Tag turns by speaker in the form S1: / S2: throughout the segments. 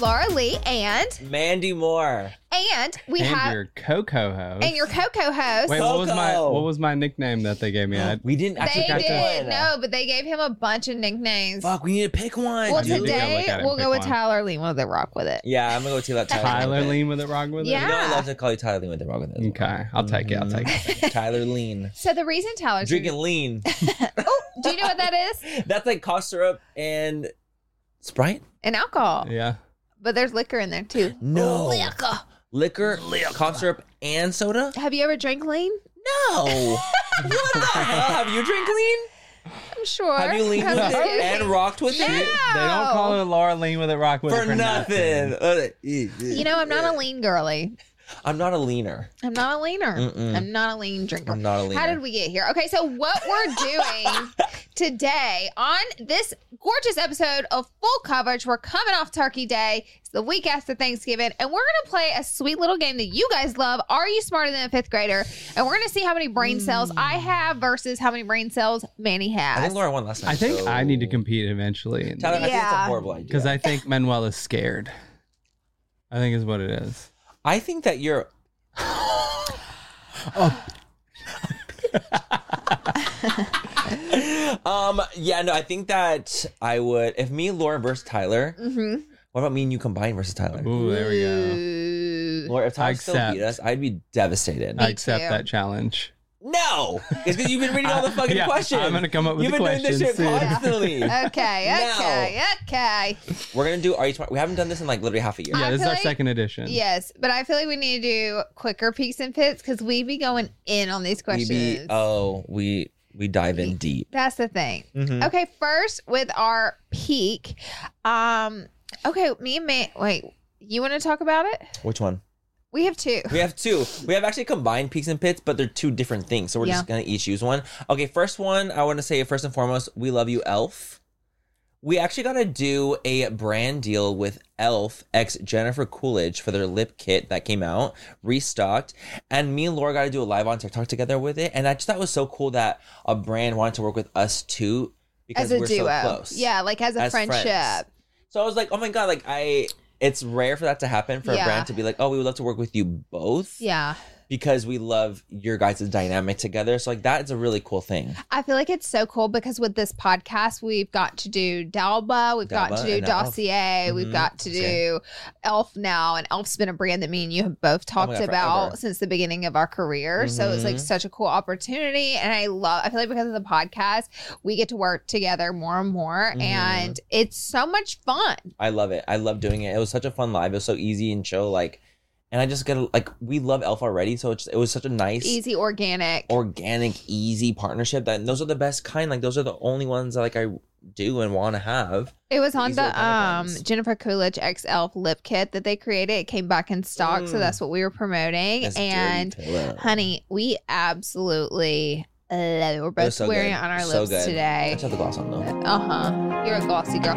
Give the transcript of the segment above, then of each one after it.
S1: Laura Lee and
S2: Mandy Moore.
S1: and we
S3: and
S1: have
S3: your Coco host.
S1: and your co-co host.
S3: Wait, what was my
S2: Coco.
S3: what was my nickname that they
S1: Oh,
S3: gave me? Uh, I,
S2: We didn't actually
S1: they
S2: pick
S1: did
S2: one.
S1: no, but they gave him a bunch of nicknames.
S2: Fuck, we need to pick one.
S1: well,
S3: I need to
S2: dude.
S3: go
S1: today
S3: look at it and
S1: we'll go
S3: pick
S1: with
S3: one.
S1: Tyler Lima the Rock with it.
S2: Yeah, I'm gonna go with Tyler.
S3: Tyler
S2: Lean.
S3: Lean with it, wrong with
S1: Yeah.
S2: You know I love to call you Tyler Lean with the wrong with
S3: it. Okay, I'll take it. I'll take it.
S2: it. Tyler Lean.
S1: So the reason Tyler's
S2: Drinking lean.
S1: oh, do you know what that is?
S2: That's like cough syrup and Sprite.
S1: And alcohol,
S3: Yeah.
S1: but there's liquor in there too.
S2: No.
S1: Liquor.
S2: Liquor, cough syrup, and soda.
S1: Have you ever drank lean?
S2: No. what the hell? Have you drink lean?
S1: I'm sure.
S2: Have you leaned
S1: I'm
S2: with
S1: just
S2: it
S1: kidding.
S2: and rocked with
S1: No.
S2: it
S3: They don't call it Laura Lean with it, rock with it
S2: for nothing?
S1: You know, I'm not a lean girlie.
S2: I'm not a leaner.
S1: I'm not a leaner.
S2: Mm-mm.
S1: I'm not a lean drinker.
S2: I'm not a leaner.
S1: How did we get here? Okay, so what we're doing today on this gorgeous episode of Full Coverage, we're coming off Turkey Day. It's the week after Thanksgiving, and we're gonna play a sweet little game that you guys love. Are you smarter than a fifth grader? And we're gonna see how many brain cells I have versus how many brain cells Manny
S2: I
S1: has.
S2: think Laura won last night.
S3: I think
S2: so-
S3: I need to compete eventually
S2: Tyler, I think it's a
S1: Yeah.
S2: horrible idea.
S3: because I think Manuel is scared. I think is what it is.
S2: I think that you're. Oh. um. Yeah. No. I think that I would. If me, Laura versus Tyler.
S1: Mhm.
S2: What about me and you combined versus Tyler?
S3: Ooh, there we go.
S1: Ooh.
S2: Laura, if
S3: I
S2: Tyler still
S3: accept.
S2: beat us, I'd be devastated.
S3: I
S1: Me
S3: accept
S1: too.
S3: that challenge.
S2: no, it's because you've been reading all the fucking
S3: Yeah,
S2: questions.
S3: I'm gonna come up with
S2: You've
S3: the
S2: been doing this shit
S3: questions soon.
S2: constantly.
S1: Okay,
S2: No.
S1: okay, okay.
S2: We're gonna do. Are you? Smart? We haven't done this in like literally half a year.
S1: I
S3: Yeah, this is
S1: feel
S3: our
S1: like-
S3: second edition.
S1: Yes, but I feel like we need to do quicker peaks and pits because we be going in on these
S2: we
S1: questions.
S2: be. Oh, we we dive in deep.
S1: That's the thing.
S2: Mhm.
S1: Okay, first with our peak. Um, okay, me and May. Wait, you want to talk about it?
S2: Which one?
S1: We have two.
S2: We have two. We have actually combined peaks and pits, but they're two different things. So we're just gonna each use one. Okay, first one, I wanna say first and foremost, we love you, Elf. We actually gotta do a brand deal with Elf ex Jennifer Coolidge for their lip kit that came out, restocked. And me and Laura gotta do a live on TikTok together with it. And I just thought it was so cool that a brand wanted to work with us too because
S1: As a
S2: we're
S1: duo.
S2: so close.
S1: Yeah, like as a
S2: As friends.
S1: friendship.
S2: So I was like, oh my god, like I it's rare for that to happen for
S1: Yeah.
S2: a brand to be like, oh, we would love to work with you both
S1: Yeah.
S2: because we love your guys' dynamic together. So like that is a really cool thing.
S1: I feel like it's so cool because with this podcast, we've got to do Dalba, we've got
S2: Dalba
S1: to do
S2: and Elf.
S1: Dossier, we've
S2: Mhm,
S1: got to do
S2: Dossier. Oh
S1: Elf now, and Elf's been a brand that me and you have both
S2: my
S1: talked
S2: God,
S1: about
S2: forever.
S1: since the beginning of our career. So it's like
S2: Mhm.
S1: such a cool opportunity, and I love. I feel like because of the podcast, we get to work together more and more,
S2: Mhm.
S1: and it's so much fun.
S2: I love it. I love doing it. It was such a fun live. It was so easy and chill. Like, and I just got like we love Elf already, so it's, it was such a nice,
S1: Easy, organic.
S2: organic, easy partnership. That and those are the best kind. Like those are the only ones that like I do and want to have.
S1: It was on
S2: These
S1: the
S2: are
S1: um,
S2: kind of ones.
S1: Jennifer Coolidge X Elf lip kit that they created. It came back in stock, so
S2: Mm.
S1: that's what we were promoting.
S2: That's Dirty
S1: and
S2: Pillow.
S1: honey, we absolutely love it. We're
S2: It
S1: both
S2: was so
S1: swearing
S2: good.
S1: on our
S2: So
S1: lips
S2: good. I
S1: today.
S2: just have the gloss on though.
S1: Uh huh. You're a glossy girl.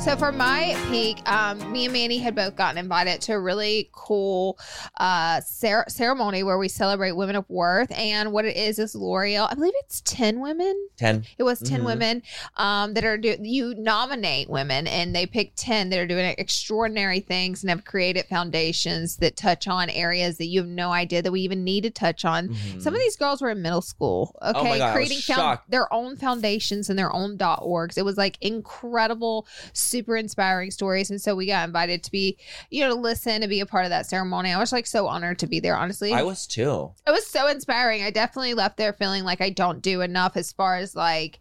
S1: So for my peak, um, me and Manny had both gotten invited to a really cool uh, cer- ceremony where we celebrate women of worth. And what it is is L'Oreal. I believe it's ten women.
S2: Ten.
S1: It was 10
S2: Mhm.
S1: women um, that are do you nominate women and they pick ten that are doing extraordinary things and have created foundations that touch on areas that you have no idea that we even need to touch on. Some of these girls were in middle school, okay,
S2: Mm-hmm. Oh my God, I was
S1: creating found,
S2: shocked.
S1: their own foundations and their own dot orgs. It was like incredible, super inspiring stories, and so we got invited to be, you know, to listen and be a part of that ceremony. I was like so honored to be there. Honestly,
S2: I was too.
S1: it was so inspiring. I definitely left there feeling like I don't do enough as far as like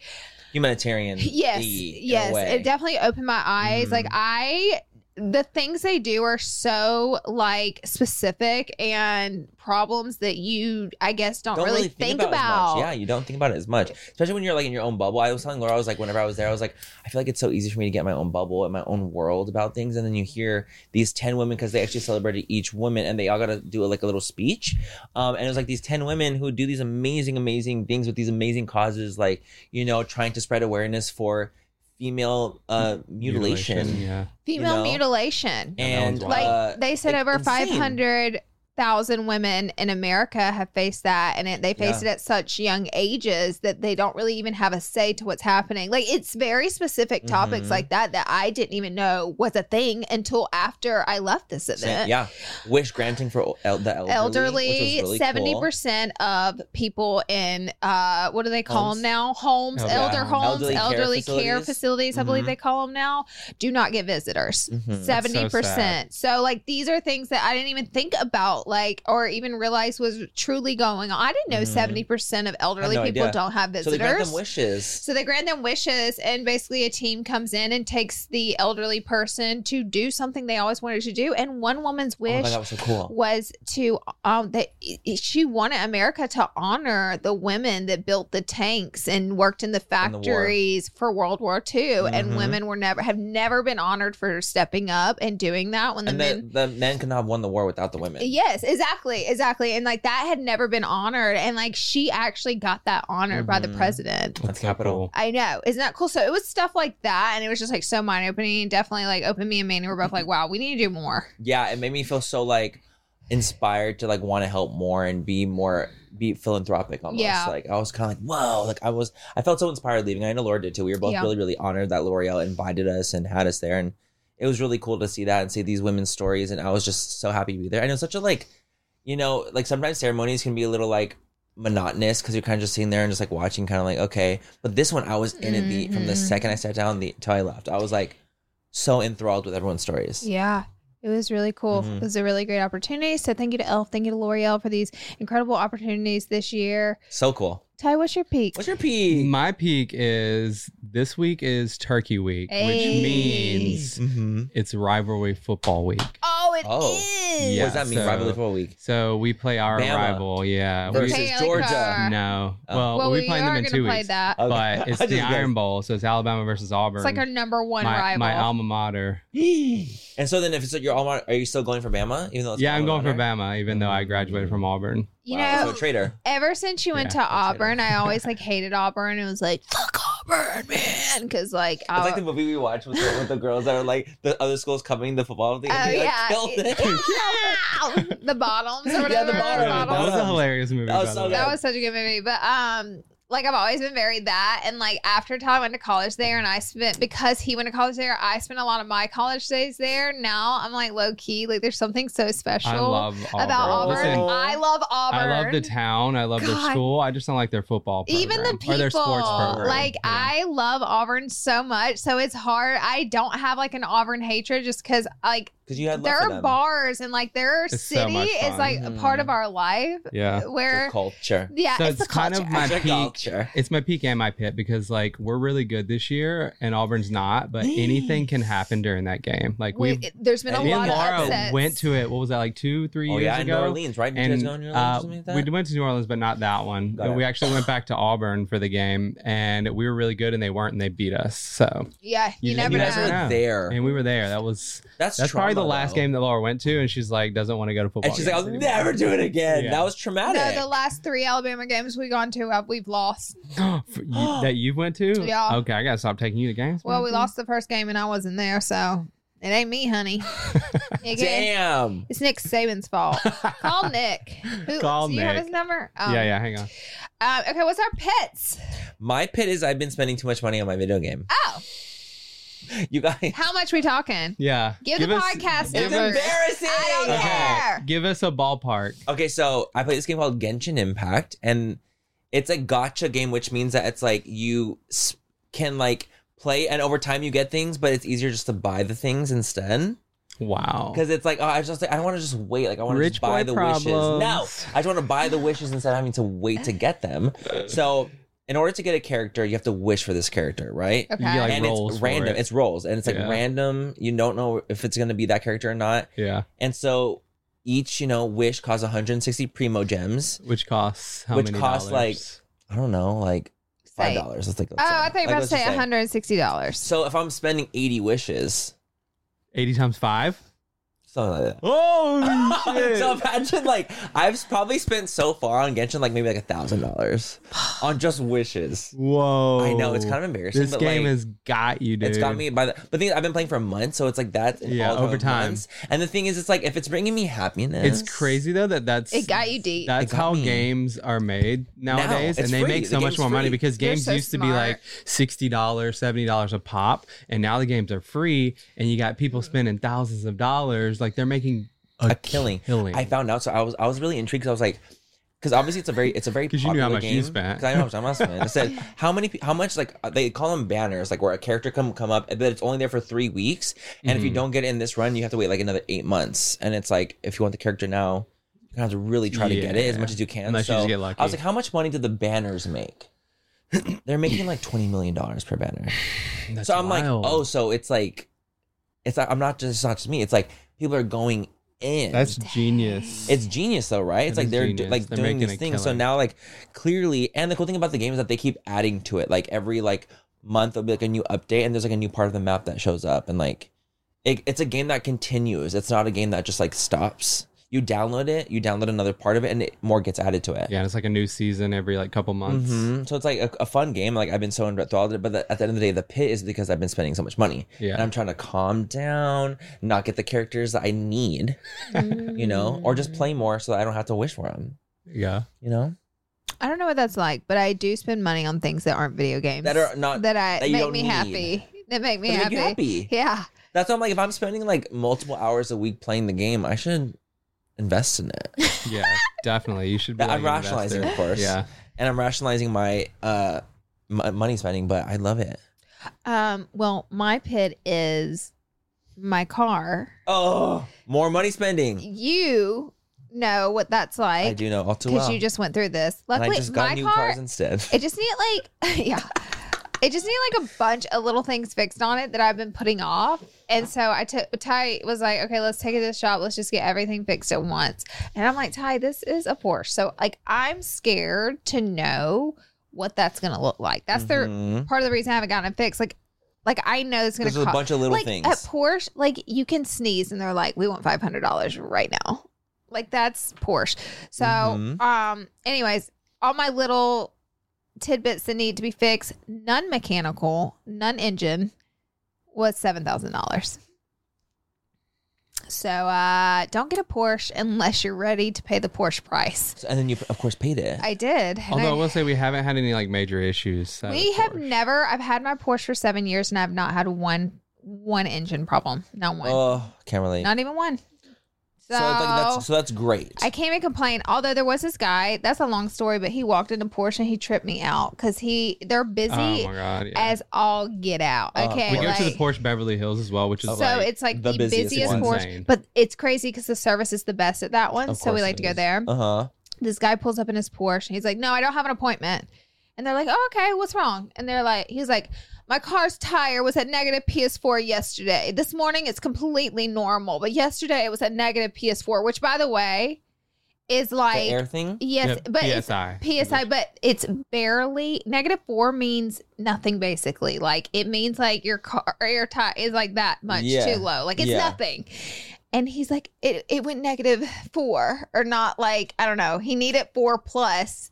S2: Humanitarian.
S1: yes yes it definitely opened my eyes
S2: Mhm.
S1: like i the things they do are so like specific and problems that you i guess don't, really, think, about,
S2: it as much. Yeah, you don't think about it as much, especially when you're like in your own bubble. I was telling Laura, I was like, whenever I was there, I was like, I feel like it's so easy for me to get in my own bubble and my own world about things. And then you hear these ten women because they actually celebrated each woman, and they all got to do like a little speech. Um, and it was like these ten women who do these amazing, amazing things with these amazing causes, like you know, trying to spread awareness for female uh, mutilation.
S3: Yeah.
S1: female
S2: know?
S1: mutilation
S3: Yeah, that
S2: And
S3: one's
S1: like
S2: uh,
S1: they said
S2: like,
S1: over
S2: insane.
S1: 500,000 women in America have faced that and it, they face
S2: Yeah.
S1: it at such young ages that they don't really even have a say to what's happening. Like it's very specific topics
S2: Mhm.
S1: like that that I didn't even know was a thing until after I left this
S2: Same-
S1: event.
S2: yeah, wish granting for el- the elderly,
S1: elderly
S2: which was really
S1: seventy
S2: cool.
S1: percent of people in uh what do they call
S2: Homes. Oh,
S1: them now homes
S3: Elder
S1: elder
S3: homes.
S1: homes
S2: Elderly
S1: elderly,
S2: care
S1: care,
S2: facilities. Mm-hmm.
S1: facilities, i believe
S3: Mhm.
S1: they call them now do not get visitors
S2: Mhm.
S3: That's so
S1: 70% so, like these are things that i didn't even think about like or even realize was truly going on i didn't know
S2: Mhm.
S1: 70% of elderly
S2: no
S1: people
S2: idea.
S1: don't have
S2: So they grant
S1: visitors
S2: them wishes.
S1: so they grant them wishes, and basically a team comes in and takes the elderly person to do something they always wanted to do. And one woman's
S2: Oh my
S1: wish
S2: God, that was so cool.
S1: was to um that she wanted America to honor the women that built the tanks and worked in the
S2: the war.
S1: factories for World War II,
S2: Mhm.
S1: and women were never have never been honored for stepping up and doing that when the
S2: and
S1: men.
S2: then the men could not have won the war without the women.
S1: Yes, exactly, exactly, and like that had never been honored, and like she actually got that honored by the
S2: Mhm.
S1: president.
S2: That's capital.
S1: I know. Isn't that cool? So it was stuff like that. And it was just like so mind opening. Definitely like open me and Manny were both like, wow, we need to do more.
S2: Yeah, it made me feel so like inspired to like want to help more and be more be philanthropic almost.
S1: Yeah.
S2: Like I was kind of like, whoa, like I was I felt so inspired leaving. I know Laura did too. We were both
S1: Yeah.
S2: really, really honored that L'Oreal invited us and had us there. And it was really cool to see that and see these women's stories. And I was just so happy to be there. And it was such a like, you know, like sometimes ceremonies can be a little like monotonous because you're kind of just sitting there and just like watching kind of like okay but this one i was in it the from the
S1: Mhm.
S2: second i sat down the till i left i was like so enthralled with everyone's stories
S1: Yeah. It was really cool.
S2: Mhm.
S3: Mm-hmm.
S1: It was a really great opportunity. So thank you to Elf. Thank you to L'Oreal for these incredible opportunities this year.
S2: so cool
S1: Ty, what's your peak?
S2: What's your pee?
S3: My peak is this week is Turkey Week,
S1: Hey.
S3: which means
S2: mm-hmm.
S3: it's rivalry football week.
S1: oh, it
S2: Oh.
S1: is.
S3: Yeah,
S2: what does that mean?
S3: so-
S2: Rivalry for a week.
S3: So we play our
S2: Bama.
S3: rival. Yeah. we-
S2: Versus
S1: Okay,
S2: Georgia.
S1: Ankara.
S3: no.
S2: Oh.
S3: Well,
S1: Well,
S3: we
S1: we
S3: play them
S1: are
S3: in
S1: gonna
S3: two
S1: play
S3: weeks.
S1: that.
S2: Okay.
S3: But it's
S2: I
S3: the
S2: just
S3: Iron Bowl, so it's Alabama versus Auburn.
S1: It's like our number one
S3: my,
S1: rival.
S3: my alma mater.
S2: guessed. And so then, if it's your alma, mater, are you still going for Bama? Even though it's
S3: yeah,
S2: your
S3: I'm
S2: alma
S3: going for
S2: mater?
S3: Bama, even though I graduated from Auburn.
S1: you
S2: Wow,
S1: know,
S2: so a traitor.
S1: ever since you went
S3: Yeah,
S1: to
S2: that's it.
S1: Auburn, I always like hated Auburn. It was like, fuck Auburn, man. Cause like,
S2: It's
S1: I,
S2: like the movie we watched with the, with the girls that are like the other schools coming the football thing.
S1: Oh
S2: and they, like,
S1: yeah.
S2: killed it.
S1: Yeah. the bottoms or
S2: Yeah,
S1: whatever.
S2: the bottoms.
S3: that was a hilarious movie.
S2: That was
S3: by the
S2: so
S3: way.
S2: good.
S1: That was such a good movie. But um like I've always been very that. And like after Todd went to college there, and I spent because he went to college there, I spent a lot of my college days there. Now I'm like low key. Like there's something so special
S3: I love Auburn.
S1: about Auburn.
S3: Listen,
S1: I love Auburn.
S3: I love the town. I love
S1: God.
S3: their school. I just don't like their football program
S1: Even the people,
S3: or their sports program.
S1: like
S3: Yeah.
S1: I love Auburn so much, so it's hard. I don't have like an Auburn hatred just because like
S2: because you had love
S1: there
S2: for
S1: are
S2: them.
S1: bars and like their
S3: It's so
S1: city
S3: much
S1: is
S3: fun.
S1: like a part of our life
S3: yeah.
S2: Their
S1: where
S2: culture.
S1: yeah,
S3: So
S1: it's,
S3: it's
S1: the
S3: kind of
S1: culture.
S3: my
S2: Their
S3: peak.
S2: culture.
S3: It's my peak and my pit because like we're really good this year and Auburn's not, but anything can happen during that game. Like
S1: We-
S3: we,
S1: it- there's been a
S2: we
S3: me
S1: lot
S3: and
S1: of
S3: Laura
S1: upsets.
S3: went to it. What was that like two, three
S2: Oh
S3: years
S2: yeah, in New
S3: ago?
S2: Orleans, right? Did you guys
S3: And
S2: go to New Orleans
S3: uh,
S2: or something like that?
S3: we went to New Orleans, but not that one.
S2: Got it.
S3: We actually went back to Auburn for the game, and we were really good, and they weren't, and they beat us. So
S1: yeah, you,
S3: You
S1: never
S2: you
S1: know.
S2: guys were
S3: Yeah.
S2: there.
S3: and we were there. That was
S2: that's
S3: that's probably the
S2: trauma,
S3: last
S2: though.
S3: game that Laura went to, and she's like doesn't want to go to football.
S2: And she's like, "Oh, I'll
S3: games
S2: never do it again.
S3: Yeah.
S2: That was traumatic.
S1: No, the last three Alabama games we've gone to, uh, we've lost.
S3: anymore." For you- that you went to.
S1: Yeah.
S3: Okay, I gotta stop taking you to games.
S1: Well, we
S3: man.
S1: lost the first game and I wasn't there, so it ain't me, honey. Again,
S2: Damn.
S1: it's Nick Saban's fault. Call Nick. Who,
S3: Call
S1: do you have
S3: Nick.
S1: his number? Um,
S3: Yeah, yeah. Hang on.
S1: um, okay, what's our pets?
S2: My pit is I've been spending too much money on my video game.
S1: Oh,
S2: You guys,
S1: Ah, how much we talking?
S3: Yeah.
S1: Give, the podcast
S2: it's
S1: numbers.
S2: embarrassing.
S1: I don't
S2: Okay.
S1: care.
S3: Give us a ballpark.
S2: Okay, so I play this game called Genshin Impact, and it's a gotcha game, which means that it's like you s- can like play, and over time you get things, but it's easier just to buy the things instead.
S3: Wow.
S2: Because it's like, oh, I just like, I don't want to just wait. Like I want to
S3: Rich
S2: just buy the
S3: boy
S2: wishes.
S3: problems.
S2: No, I just want to buy the wishes instead of having to wait to get them. So in order to get a character, you have to wish for this character, right?
S1: Okay.
S3: You get, like,
S2: and
S3: rolls
S2: it's
S3: for
S2: random.
S3: it.
S2: It's rolls, and it's like
S3: Yeah.
S2: random. You don't know if it's going to be that character or not.
S3: Yeah.
S2: And so each, you know, wish costs 160 primo gems.
S3: Which costs how
S2: Which
S3: many
S2: costs,
S3: dollars?
S2: I don't know, like
S1: Say-
S2: five dollars. Let's like.
S1: Oh, I thought you were about to say
S2: a
S1: $160.
S2: So if I'm spending 80 wishes,
S3: eighty times five.
S2: something like that.
S3: Oh
S2: so imagine like I've probably spent so far on Genshin like maybe like a thousand dollars on just wishes.
S3: Whoa!
S2: I know, it's kind of embarrassing,
S3: This
S2: but,
S3: game
S2: like,
S3: has got you, dude.
S2: It's got me by the but thing is, I've been playing for a month, so it's like that and
S3: Yeah,
S2: all
S3: over time.
S2: months. And the thing is, it's like if it's bringing me happiness,
S3: It's crazy though that that's
S1: It got you deep.
S3: That's
S2: It got
S3: how
S2: me.
S3: games are made
S2: it's
S3: nowadays, and they
S2: free.
S3: make
S2: The
S3: so much
S2: game's
S3: more money
S2: free.
S3: because
S1: You're
S3: games
S1: so
S3: used to be
S1: smart.
S3: like sixty dollars, seventy dollars a pop, and now the games are free, and you got people spending thousands of dollars. Like they're making a,
S2: A killing.
S3: killing.
S2: I found out, so I was I was really intrigued because I was like, because obviously it's a very it's a very
S3: 'Cause you knew how
S2: popular
S3: much you
S2: game.
S3: spent.
S2: 'Cause I know how much I'm spent. I said how many pe- how much like uh, they call them banners like where a character come come up but it's only there for three weeks and if you
S3: Mm-hmm.
S2: don't get it in this run you have to wait like another eight months and it's like if you want the character now you have to really try to get it as
S3: Yeah.
S2: much as you can.
S3: Unless you
S2: So
S3: just get lucky.
S2: I was like, how much money did the banners make? They're making like twenty million dollars per banner.
S3: That's
S2: so I'm
S3: wild.
S2: like, oh, so it's like, it's not, I'm not just it's not just me. It's like people are going in.
S3: that's genius.
S2: It's genius though, right? It's
S3: That
S2: like
S3: is
S2: they're do,
S3: genius.
S2: like
S3: They're
S2: doing
S3: making
S2: these
S3: a
S2: things. So
S3: killing.
S2: now like clearly, and the cool thing about the game is that they keep adding to it. Like every like month there'll be like a new update, and there's like a new part of the map that shows up, and like it, it's a game that continues. It's not a game that just like stops. You download it, you download another part of it, and it, more gets added to it.
S3: yeah, it's like a new season every like couple months.
S2: Mhm. So it's like a, a fun game. Like I've been so enthralled, but the, at the end of the day, the pit is because I've been spending so much money,
S3: Yeah.
S2: and I'm trying to calm down, not get the characters that I need, you know, or just play more so that I don't have to wish for them,
S3: Yeah,
S2: you know,
S1: I don't know what that's like, but I do spend money on things that aren't video games
S2: that are not
S1: that I
S2: that you
S1: make
S2: don't
S1: me
S2: need.
S1: happy. That make me
S2: That make
S1: happy.
S2: you happy.
S1: Yeah.
S2: That's why I'm like, if I'm spending like multiple hours a week playing the game, I should invest in it.
S3: yeah, definitely. You should. Be,
S2: That-
S3: like,
S2: I'm rationalizing,
S3: invested.
S2: of course.
S3: Yeah,
S2: and I'm rationalizing my uh m- money spending, but I love it.
S1: Um. Well, my pit is my car.
S2: Oh, more money spending.
S1: You know what that's like.
S2: I do know all too
S1: because
S2: well.
S1: you just went through this.
S2: and
S1: Luckily,
S2: I just got
S1: my
S2: new
S1: car.
S2: cars instead.
S1: it just need like, yeah. It just need like a bunch of little things fixed on it that I've been putting off. And so I took Ty was like, okay, let's take it to the shop. Let's just get everything fixed at once. And I'm like, Ty, this is a Porsche. So like I'm scared to know what that's gonna look like. That's the
S2: Mhm.
S1: part of the reason I haven't gotten it fixed. Like like I know it's gonna
S2: There's a
S1: cost-
S2: bunch of little
S1: like,
S2: things.
S1: At Porsche, like you can sneeze and they're like, we want five hundred dollars right now. Like that's Porsche. So
S2: Mhm.
S1: um, anyways, all my little tidbits that need to be fixed, none mechanical, none engine, was seven thousand dollars. So uh, don't get a Porsche unless you're ready to pay the Porsche price.
S2: So- and then you, of course, paid it.
S1: I did. and
S3: Although I
S1: I-
S3: will say we haven't had any like major issues. so
S1: we
S3: of
S1: have
S3: course.
S1: never. I've had my Porsche for seven years, and I've not had one one engine problem. Not one.
S2: oh, can't relate.
S1: not even one. So,
S2: so, like, that's, so that's great.
S1: I came and complained. Although there was this guy. That's a long story, but he walked into Porsche and he tripped me out because he they're busy
S3: Oh my god! Yeah.
S1: as all get out.
S2: Oh,
S1: Okay,
S3: we go
S1: like,
S3: to the Porsche Beverly Hills as well, which is
S1: so
S3: like,
S1: it's like
S2: the
S1: the,
S2: busiest
S1: busiest,
S2: one.
S1: Porsche,
S3: Insane.
S1: but it's crazy because the service is the best at that one.
S2: Of
S1: So we
S2: course
S1: like
S2: it
S1: to go
S2: is.
S1: there.
S2: uh huh.
S1: This guy pulls up in his Porsche and he's like, "No, I don't have an appointment." And they're like, "Oh, okay, what's wrong?" And they're like, "He's like." My car's tire was at negative PS4 yesterday. This morning it's completely normal, but yesterday it was at negative PS4, which by the way is
S2: The
S1: like
S2: air thing.
S1: Yes,
S3: yeah,
S1: but it's
S3: PSI.
S1: PSI, but it's barely negative four means nothing basically. Like it means like your car air tie is like that much
S2: Yeah.
S1: too low. Like it's
S2: Yeah.
S1: nothing. And he's like, it, it went negative four or not like, I don't know. He needed four plus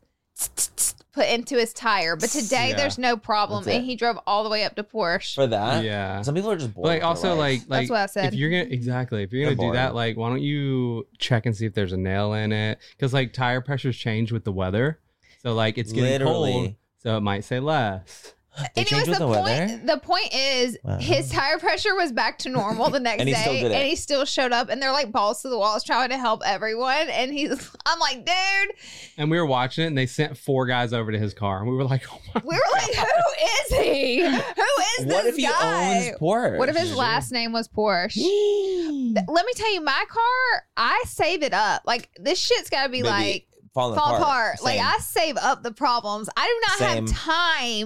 S1: put into his tire. But today
S3: Yeah.
S1: there's no problem.
S2: That's it.
S1: And he drove all the way up to Porsche.
S2: For that.
S3: Yeah.
S2: Some people are just bored. with
S3: Like
S2: their
S3: also like
S2: life.
S3: like
S1: what I said.
S3: if you're gonna exactly if you're
S2: They're
S3: gonna do that
S2: bored.
S3: like why don't you check and see if there's a nail in it because like tire pressures change with the weather so like it's getting cold
S2: Literally.
S3: so it might say less
S2: They change with the
S1: point
S2: weather?
S1: the point is
S2: Wow.
S1: his tire pressure was back to normal the next
S2: And he
S1: day,
S2: still did it.
S1: and he still showed up. And they're like balls to the walls trying to help everyone. And he's, I'm like, dude,
S3: and we were watching it and they sent four guys over to his car and we were like oh my
S1: we were like, who is he? Who is
S2: what
S1: this
S2: if he
S1: guy?
S2: owns Porsche?
S1: what if his last name was Porsche? Th- Let me tell you, my car, I save it up. Like this shit's got to be
S2: Maybe
S1: like
S2: falling
S1: fall
S2: apart?
S1: apart. Like
S2: Same.
S1: I save up the problems. I do not
S2: Same.
S1: have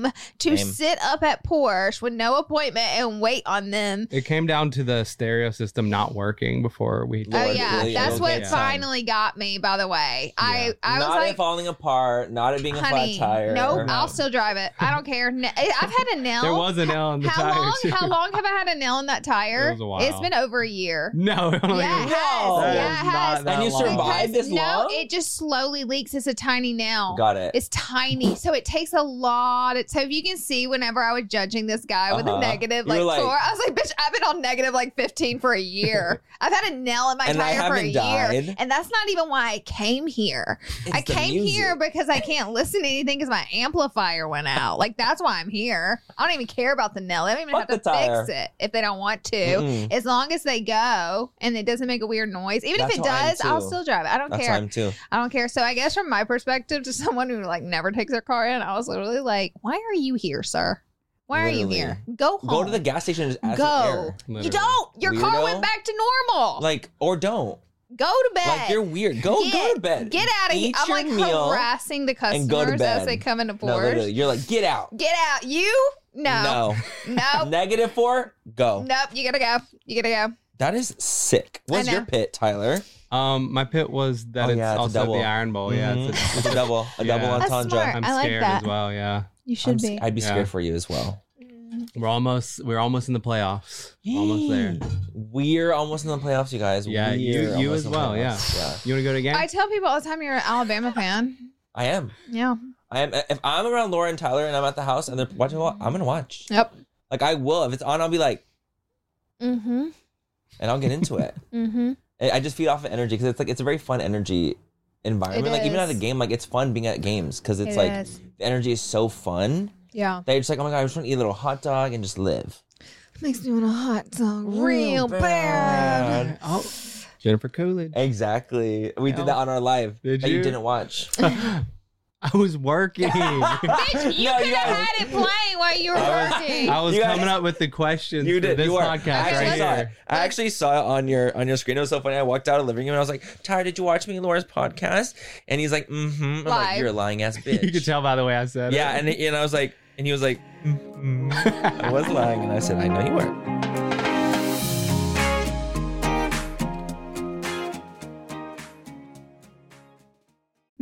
S1: time to
S2: Same.
S1: sit up at Porsche with no appointment and wait on them.
S3: it came down to the stereo system not working before we
S1: Oh
S2: Lord
S1: yeah,
S2: willing,
S1: that's
S2: it'll
S1: what
S3: get done.
S1: finally got me. By the way, I
S3: Yeah.
S1: I was
S2: not it
S1: like,
S2: falling apart, not it being
S1: honey,
S2: a flat tire. Uh-huh.
S1: nope, I'll still drive it. I don't care. Na- I've had a nail.
S3: there was a nail in the
S1: how
S3: tire
S1: long?
S3: too.
S1: How long have I had a nail in that tire?
S3: It was a while.
S1: It's been over a year.
S3: no it only-
S1: Yeah, it
S2: No.
S1: has. Yeah, it has.
S3: That is not that
S2: And you
S3: long.
S2: survived this
S1: no,
S2: long?
S1: it just slowly leaks. It's a tiny nail.
S2: Got it.
S1: It's tiny, so it takes a lot. It- So if you can see, whenever I was judging this guy with a
S2: Uh-huh.
S1: negative
S2: You
S1: like,
S2: were like-
S1: score, I was like, "Bitch, I've been on negative like fifteen for a year. I've had a nail in my
S2: And I
S1: tire for a
S2: haven't
S1: year,
S2: died."
S1: and that's not even why I came here.
S2: It's
S1: I
S2: the
S1: came here
S2: music.
S1: because I can't listen to anything because my amplifier went out. Like that's why I'm here. I don't even care about the nail. They don't even have
S2: Fuck
S1: to
S2: the tire.
S1: fix it if they don't want to.
S2: Mm-mm.
S1: As long as they go and it doesn't make a weird noise, even
S2: That's
S1: if it
S2: what I'm
S1: does, I'll
S2: too.
S1: still drive it. I don't
S2: That's
S1: care.
S2: time too.
S1: I don't care. So I guess from my perspective, to someone who like never takes their car in, I was literally like, "Why are you here, sir? Why are you
S2: Literally.
S1: here? Go home.
S2: Go to the gas station and just ask for
S1: go.
S2: air.
S1: You don't. Your car
S2: Weirdo.
S1: went back to normal.
S2: Like or don't.
S1: go to bed.
S2: Like you're weird. Go go to bed.
S1: Get out of here.
S2: Eat
S1: I'm
S2: your
S1: like
S2: meal
S1: harassing the
S2: and go to
S1: customers as
S2: bed.
S1: they come into
S2: No,
S1: Porsche.
S2: literally, you're like get out.
S1: Get out. You no. Oh. No.
S2: Negative four. Go.
S1: Nope. You gotta go. You gotta go.
S2: That is sick. What's
S1: know.
S2: your pit, Tyler?
S3: um my pit was that
S2: Oh,
S3: it's
S2: yeah, it's a
S3: also
S2: double.
S3: the iron bowl Oh, yeah it's
S2: Mhm. It's a double, a double
S3: Yeah.
S1: That's
S2: entendre.
S1: smart.
S3: I'm
S1: Mm-hmm. I like
S3: scared
S1: that.
S3: as well yeah
S1: You
S2: I'm
S1: should
S2: sc-
S1: be.
S2: I'd be
S3: Yeah.
S2: scared for you as well.
S3: we're almost we're almost in the playoffs almost there
S2: We're almost in the playoffs, you guys.
S3: Yeah,
S2: We're
S3: you- you
S2: almost
S3: as
S2: in the
S3: well, yeah.
S2: playoffs. yeah.
S3: you want to go to a game
S1: I tell people all the time you're an Alabama fan.
S2: I am.
S1: Yeah.
S2: I am. If I'm around Laura and Tyler and I'm at the house and they're watching, football, I'm gonna watch.
S1: Yep.
S2: Like I will. If it's on, I'll be like,
S1: Mm-hmm.
S2: and I'll get into it.
S1: Mm-hmm.
S2: I I just feed off of energy because it's like it's a very fun energy environment.
S1: It
S2: like even
S1: is.
S2: at a game, like it's fun being at games because it's
S1: It
S2: like
S1: is.
S2: the energy is so fun
S1: Yeah.
S2: that you're just like, oh my god, I just want to eat a little hot dog and just live.
S1: Makes me want a hot dog real bad.
S3: Oh, Jennifer Coolidge.
S2: Exactly. We
S3: Yeah.
S2: did that on our live.
S3: Did
S2: that you?
S3: you?
S2: didn't watch.
S3: I was working. I
S1: Bitch, you
S2: No,
S1: could
S2: you
S1: have
S2: guys-
S1: had it playing while you were
S2: I was-
S1: working.
S3: was
S2: You guys-
S3: coming up with the questions
S2: You
S3: for
S2: did.
S3: this
S2: you were. I
S3: podcast
S2: actually
S3: right
S2: saw it.
S3: here.
S2: I actually saw it on your on your screen. It was so funny. I walked out of the living room and I was like, "Tyler, did you watch me and Laura's podcast?" And he's like, "Mm-hmm." I'm
S1: Live.
S2: like, "You're a lying ass bitch."
S3: You could tell by the way I said
S2: Yeah,
S3: it.
S2: and and I was like, and he was like, "Mm-hmm." I was lying, and I said, "I know you weren't."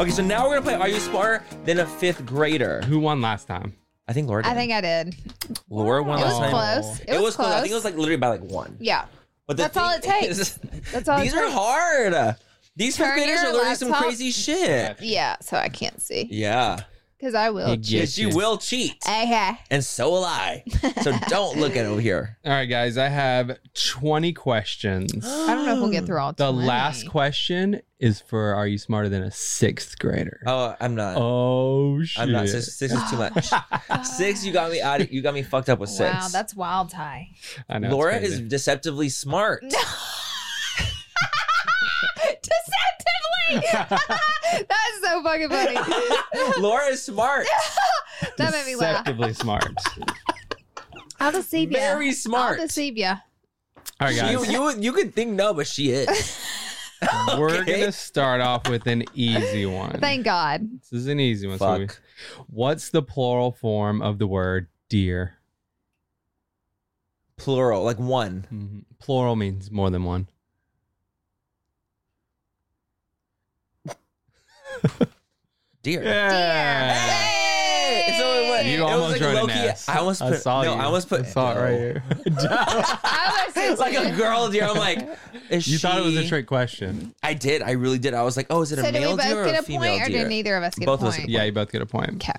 S2: Okay, so now we're gonna play Are You Smarter Than a Fifth Grader?
S3: Who won last time?
S2: I think Laura.
S1: I
S2: did.
S1: think I did.
S2: Laura won
S1: It was
S2: last time.
S1: close. It, was, close.
S2: I think it was like literally by like one.
S1: yeah.
S2: But the
S1: That's all
S2: thing
S1: it takes.
S2: is-
S1: That's all it
S2: These are
S1: takes.
S2: hard. These fifth
S1: Turn
S2: graders
S1: your
S2: are learning some
S1: laptop-
S2: crazy shit.
S1: Yeah. So I can't see
S2: Yeah.
S1: because I will.
S3: Big
S1: cheat.
S2: Yes, you
S3: Yes.
S2: will cheat.
S1: Okay.
S2: And so will I. So don't look at over here.
S3: All right, guys, I have 20 questions.
S1: I don't know if we'll get through all
S3: The
S1: 20.
S3: last question is for Are You Smarter Than a Sixth Grader?
S2: Oh, I'm not.
S3: Oh, shit.
S2: I'm not. Six, six is too much. six, you got me out. Of, you got me fucked up with six.
S1: Wow, that's wild, Ty.
S3: I know, it's
S2: Laura
S3: crazy.
S2: is deceptively smart.
S1: Deceptively. That's so fucking funny.
S2: Laura is smart.
S1: That made me laugh.
S3: deceptively smart.
S1: I'll deceive you.
S2: Very smart.
S1: I'll deceive you.
S3: All right,
S2: You,
S3: guys,
S2: you you could think no, but she is.
S3: we're
S2: okay.
S3: gonna start off with an easy one.
S1: Thank God.
S3: this is an easy one. so we-
S2: Fuck.
S3: what's the plural form of the word deer?
S2: Plural, like one.
S3: Mhm. Plural means more than one.
S2: Dear.
S3: Yeah.
S2: Hey! It's only one.
S3: You
S2: It was
S3: almost
S2: like
S3: wrote an
S2: low-key-
S3: S.
S2: I almost put.
S3: I saw
S2: no,
S3: you.
S2: I almost put.
S3: I saw it right here.
S1: I was
S2: It's like a girl deer. I'm like, is
S3: You thought it was a
S2: she-
S3: trick question.
S2: I did. I really did. I was like, oh, is it
S1: So
S2: a
S1: did we
S2: male
S1: both
S2: deer or
S1: get a
S2: a
S1: point,
S2: female
S1: or
S2: deer?
S1: did neither of us get
S2: Both
S1: a
S2: of us
S1: point?
S2: get
S3: Yeah, you both get a point.
S1: Okay.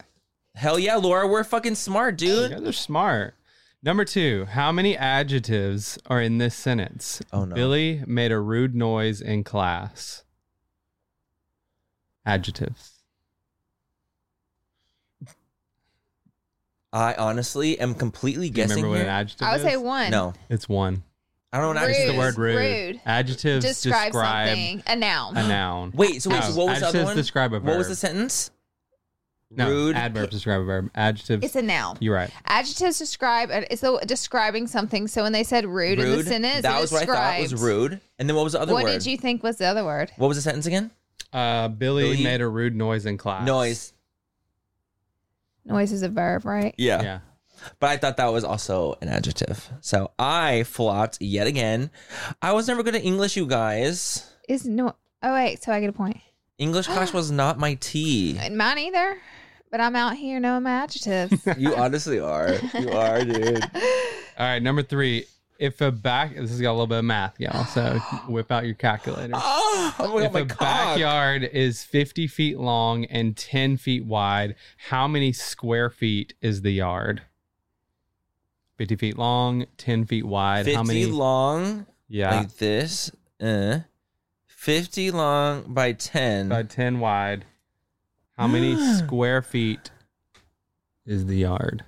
S2: Hell yeah, Laura, we're fucking smart, dude.
S3: Yeah, they're smart. Number two, how many adjectives are in this sentence?
S2: Oh, no.
S3: Billy made a rude noise in class. Adjectives.
S2: I honestly am completely
S3: Do you
S2: guessing
S3: remember what an
S2: here.
S3: adjective
S1: I would say
S3: is?
S1: one.
S2: No,
S3: It's one.
S2: I don't know. What
S1: Rude.
S2: adjective
S3: It's the word rude.
S1: Rude.
S3: Adjectives
S1: Describe,
S3: describe,
S1: something. A noun.
S3: a noun.
S2: Wait, so wait,
S3: No,
S2: so what was the other
S3: adjectives
S2: one?
S3: describe a
S2: What was
S3: verb.
S2: the sentence?
S3: No,
S2: Rude.
S3: adverbs describe a verb. Adjectives.
S1: It's a noun.
S3: you're right.
S1: Adjectives describe. It's so describing something. So when they said rude, in the sentence,
S2: That
S1: it
S2: was what I thought was
S1: described-
S2: rude. And then what was the other
S1: What
S2: word?
S1: did you think was the other word?
S2: What was the sentence again?
S3: Uh, Billy,
S2: Billy-
S3: made a rude noise in class.
S2: Noise.
S1: Noise is a verb, right?
S2: Yeah.
S3: Yeah.
S2: But I thought that was also an adjective. So I flopped yet again. I was never good at English, you guys.
S1: Is no. Oh wait, so I get a point.
S2: English class was not my tea.
S1: And mine either. But I'm out here knowing my adjectives.
S2: You honestly are. You are, dude.
S3: All right. Number three. If a back, this has got a little bit of math, y'all. So whip out your calculator.
S2: Oh, I'm gonna
S3: if
S2: my
S3: a
S2: cock.
S3: backyard is 50 feet long and 10 feet wide, how many square feet is the yard? 50 feet long, 10 feet wide.
S2: 50
S3: how many?
S2: long,
S3: yeah.
S2: like this. Uh, 50 long by 10.
S3: by 10 wide. How many square feet is the yard?